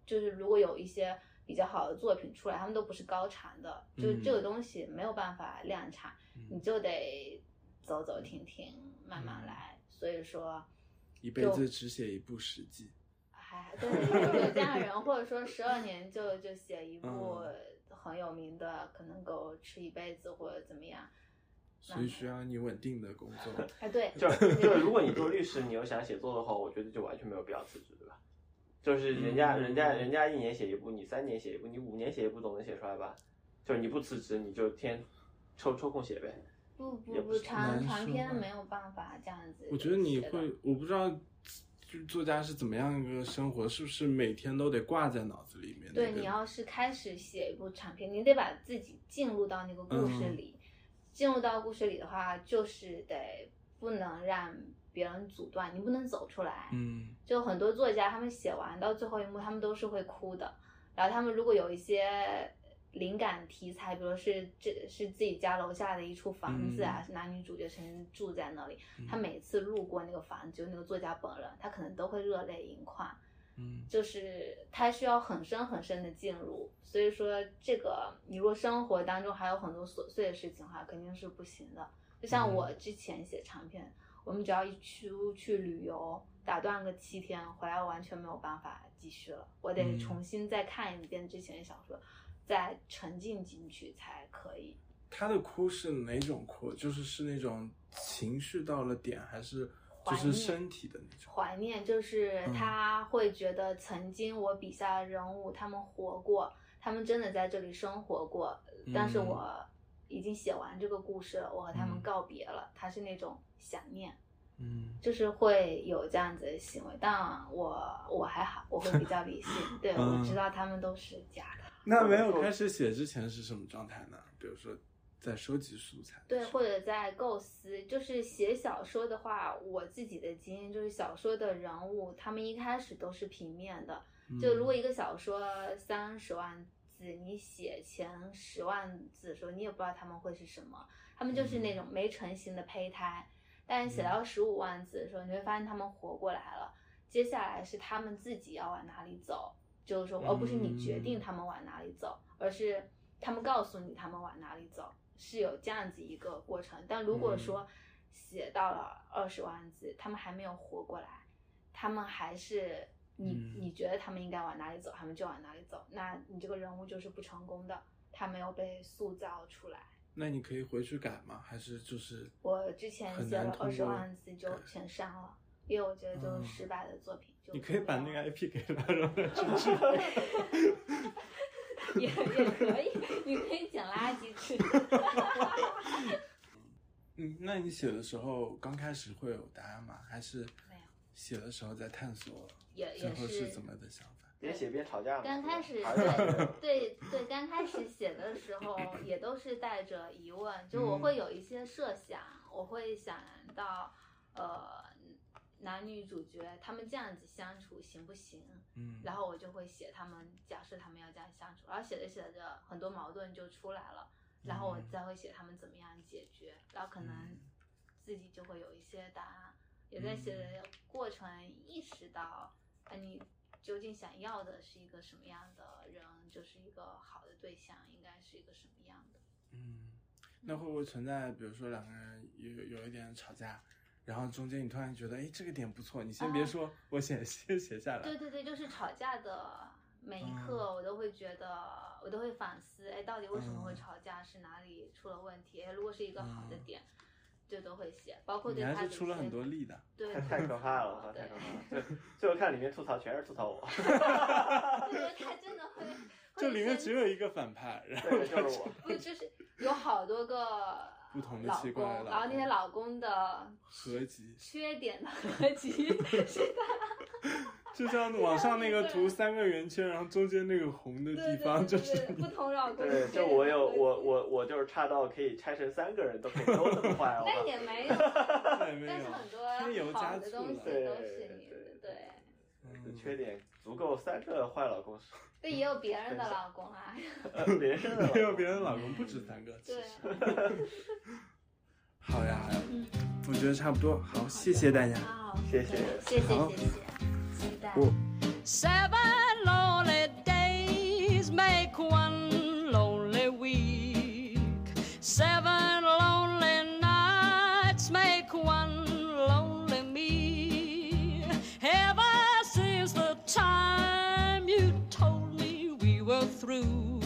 Speaker 1: 就是如果有一些比较好的作品出来，他们都不是高产的，就
Speaker 3: 嗯
Speaker 1: 这个东西没有办法量产，你就得走走停停，慢
Speaker 3: 嗯
Speaker 1: 慢来。所以说，
Speaker 3: 一辈子只写一部史记，
Speaker 1: 哎，对，有有这样的人，或者说十二年就就写一部
Speaker 3: 嗯
Speaker 1: 很有名的，可能够吃一辈子或者怎么样。
Speaker 3: 所以需要你稳定的工作。
Speaker 1: 哎，对，[laughs]
Speaker 3: [laughs]
Speaker 4: 就就如果你做律师，你又想写作的话，我觉得就完全没有必要辞职，对吧？就是人家、
Speaker 3: 嗯
Speaker 4: 人家人家一年写一部，你三年写一部，你五年写一部总能写出来吧？就是你不辞职，你就天抽抽空写呗。
Speaker 1: 不
Speaker 4: 也
Speaker 1: 不不，
Speaker 4: 不是
Speaker 1: 长
Speaker 3: 难
Speaker 1: 长
Speaker 3: 说
Speaker 1: 篇
Speaker 3: 吧
Speaker 1: 没有办法这样子写的。
Speaker 3: 我觉得你会，我不知道就作家是怎么样一个生活，是不是每天都得挂在脑子里面？
Speaker 1: 对
Speaker 3: 那个
Speaker 1: 你要是开始写一部长篇，你得把自己进入到那个故事
Speaker 3: 嗯
Speaker 1: 里。进入到故事里的话，就是得不能让别人阻断，你不能走出来。
Speaker 3: 嗯
Speaker 1: 就很多作家，他们写完到最后一幕，他们都是会哭的。然后他们如果有一些灵感题材，比如是这是自己家楼下的一处房子啊，男女主角曾经住在那里，他每次路过那个房子，就那个作家本人，他可能都会热泪盈眶。
Speaker 3: 嗯
Speaker 1: 就是它需要很深很深的进入，所以说这个你如果生活当中还有很多琐碎的事情的话，肯定是不行的。就像我之前写长篇，我们只要一出去旅游，打断个七天，回来完全没有办法继续了，我得
Speaker 3: 嗯
Speaker 1: 重新再看一遍之前的小说，再沉浸进去才可以。
Speaker 3: 他的哭是哪种哭？就是是那种情绪到了点，还是就
Speaker 1: 怀
Speaker 3: 是
Speaker 1: 念
Speaker 3: 身体的那种？
Speaker 1: 怀念，就是
Speaker 3: 嗯
Speaker 1: 他会觉得曾经我笔下的人物他们活过，他们真的在这里生活过，但是
Speaker 3: 嗯
Speaker 1: 我已经写完这个故事了，我和他们
Speaker 3: 嗯
Speaker 1: 告别了，他是那种想念，
Speaker 3: 嗯，
Speaker 1: 就是会有这样子的行为。但我我还好，我会比较理性，对
Speaker 3: 嗯
Speaker 1: 我知道他们都是假的。
Speaker 3: 那没有开始写之前是什么状态呢？比如说在收集素材。
Speaker 1: 对，或者在构思，就是写小说的话，我自己的经验就是小说的人物，他们一开始都是平面的。就
Speaker 3: 嗯
Speaker 1: 如果一个小说三十万字，你写前十万字的时候，你也不知道他们会是什么，他们就是那种没成型的胚胎。但是写到十五万字的时候，你会发现他们活过来了。接下来是他们自己要往哪里走，就是说，而不是你决定他们往哪里走，而是他们告诉你他们往哪里走，是有这样子一个过程。但如
Speaker 3: 嗯
Speaker 1: 果说写到了二十万字，他们还没有活过来，他们还是你
Speaker 3: 嗯
Speaker 1: 你觉得他们应该往哪里走，他们就往哪里走，那你这个人物就是不成功的，他没有被塑造出来。
Speaker 3: 那你可以回去改吗？还是就是
Speaker 1: 我之前
Speaker 3: 很
Speaker 1: 写
Speaker 3: 难
Speaker 1: 了
Speaker 3: 通
Speaker 1: 二十
Speaker 3: 过
Speaker 1: 万字就
Speaker 3: 改
Speaker 1: 全删了，因为我觉得就
Speaker 3: 嗯
Speaker 1: 是失败的作品就
Speaker 3: 你可以
Speaker 1: 不
Speaker 3: 把
Speaker 1: 要
Speaker 3: 那
Speaker 1: 了
Speaker 3: 个 IP 给他，让他去
Speaker 1: [laughs]
Speaker 3: 吃。
Speaker 1: 也也可以，你可以捡垃圾吃。
Speaker 3: 嗯，那你写的时候刚开始会有答案吗？还是
Speaker 1: 没有
Speaker 3: 写的时候在探索
Speaker 1: 也也
Speaker 3: 最后是
Speaker 1: 是
Speaker 3: 怎么的想法？
Speaker 4: 边写边吵架嘛。
Speaker 1: 刚开始
Speaker 4: 吵架的
Speaker 1: 对对，刚开始写的时候也都是带着疑问，就我
Speaker 3: 嗯
Speaker 1: 会有一些设想，我会想到，呃，男女主角他们这样子相处行不行？
Speaker 3: 嗯，
Speaker 1: 然后我就会写他们，假设他们要这样相处，然后写着写着很多矛盾就出来了，然后我
Speaker 3: 嗯
Speaker 1: 再会写他们怎么样解决，然后可能
Speaker 3: 嗯
Speaker 1: 自己就会有一些答案，也在写
Speaker 3: 嗯
Speaker 1: 的过程意识到，啊，你究竟想要的是一个什么样的人，就是一个好的对象应该是一个什么样的。
Speaker 3: 嗯，那会不会存在，比如说两个人有有一点吵架，然后中间你突然觉得，哎，这个点不错，你先别
Speaker 1: 啊
Speaker 3: 说，我写 [laughs] 先写下来。
Speaker 1: 对对对，就是吵架的每一刻，我都会觉得，我都会反思，哎，到底为什么会
Speaker 3: 嗯
Speaker 1: 吵架？是哪里出了问题？哎，如果是一个好的
Speaker 3: 嗯
Speaker 1: 点，就都会写，包括
Speaker 3: 你
Speaker 1: 对他
Speaker 3: 还
Speaker 1: 的
Speaker 3: 是
Speaker 1: 一
Speaker 3: 出了
Speaker 1: 些
Speaker 3: 很多力的。
Speaker 1: 对，
Speaker 4: [laughs] 太可怕了，我操，
Speaker 1: 对
Speaker 4: 太可怕
Speaker 1: [laughs]
Speaker 4: 了！最最后看里面吐槽全是吐槽我， [laughs]
Speaker 1: 对，他真的
Speaker 3: [laughs]
Speaker 1: 会，会
Speaker 3: 这里面
Speaker 1: 先
Speaker 3: 只有一个反派，
Speaker 1: [laughs]
Speaker 3: 然后
Speaker 4: 对，就是我。
Speaker 1: 不就是有好多个
Speaker 3: 不同的
Speaker 1: 老
Speaker 3: 奇
Speaker 1: 公，
Speaker 3: 怪的老
Speaker 1: 然后那些
Speaker 3: 公
Speaker 1: 老公的
Speaker 3: 合集，
Speaker 1: 缺点的 [laughs] 合集是他，
Speaker 3: 就像网上那个图三个圆圈，然后中间那个红
Speaker 1: 对
Speaker 3: 的
Speaker 1: 对
Speaker 3: 地
Speaker 1: 对
Speaker 3: 方就
Speaker 1: 对
Speaker 3: 是 [laughs]
Speaker 1: 对，不同老公的
Speaker 4: 对，
Speaker 1: 缺
Speaker 4: 就
Speaker 1: 点
Speaker 4: 我
Speaker 1: 的
Speaker 4: 有
Speaker 1: 合
Speaker 4: 我
Speaker 1: 集，
Speaker 4: 我我就是差到可以拆成三个人都可以都这么坏，我
Speaker 1: 但
Speaker 4: 操！
Speaker 1: 也
Speaker 4: [laughs]
Speaker 1: 没有，
Speaker 3: 太没
Speaker 1: 但
Speaker 3: 有
Speaker 1: 是。很
Speaker 3: 添油
Speaker 1: 多
Speaker 3: 加
Speaker 1: 好的
Speaker 3: 醋
Speaker 1: 东西
Speaker 3: 了
Speaker 1: 都是
Speaker 4: 对
Speaker 1: 你
Speaker 4: 对
Speaker 1: 的，对。
Speaker 3: 嗯 [laughs]
Speaker 4: 缺点足够三个坏老公，
Speaker 1: 对，也有别人的老公啊，
Speaker 4: 呃， [laughs] 别人的老
Speaker 3: [laughs] 没
Speaker 4: 公
Speaker 3: 有别人老公不止三个，其
Speaker 1: 对
Speaker 3: 实。好呀好呀，我觉得差不多，好，谢谢大家。
Speaker 1: 啊，
Speaker 4: 谢谢
Speaker 1: 谢谢
Speaker 3: 好
Speaker 1: 谢谢，期待。
Speaker 2: Seven lonely days make one lonely week. Seven lonely nights make one lonely me. Ever since the time you told me we were through,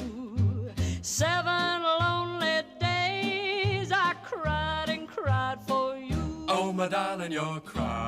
Speaker 2: seven lonely days I cried and cried for you.
Speaker 5: Oh, my darling, you're crying.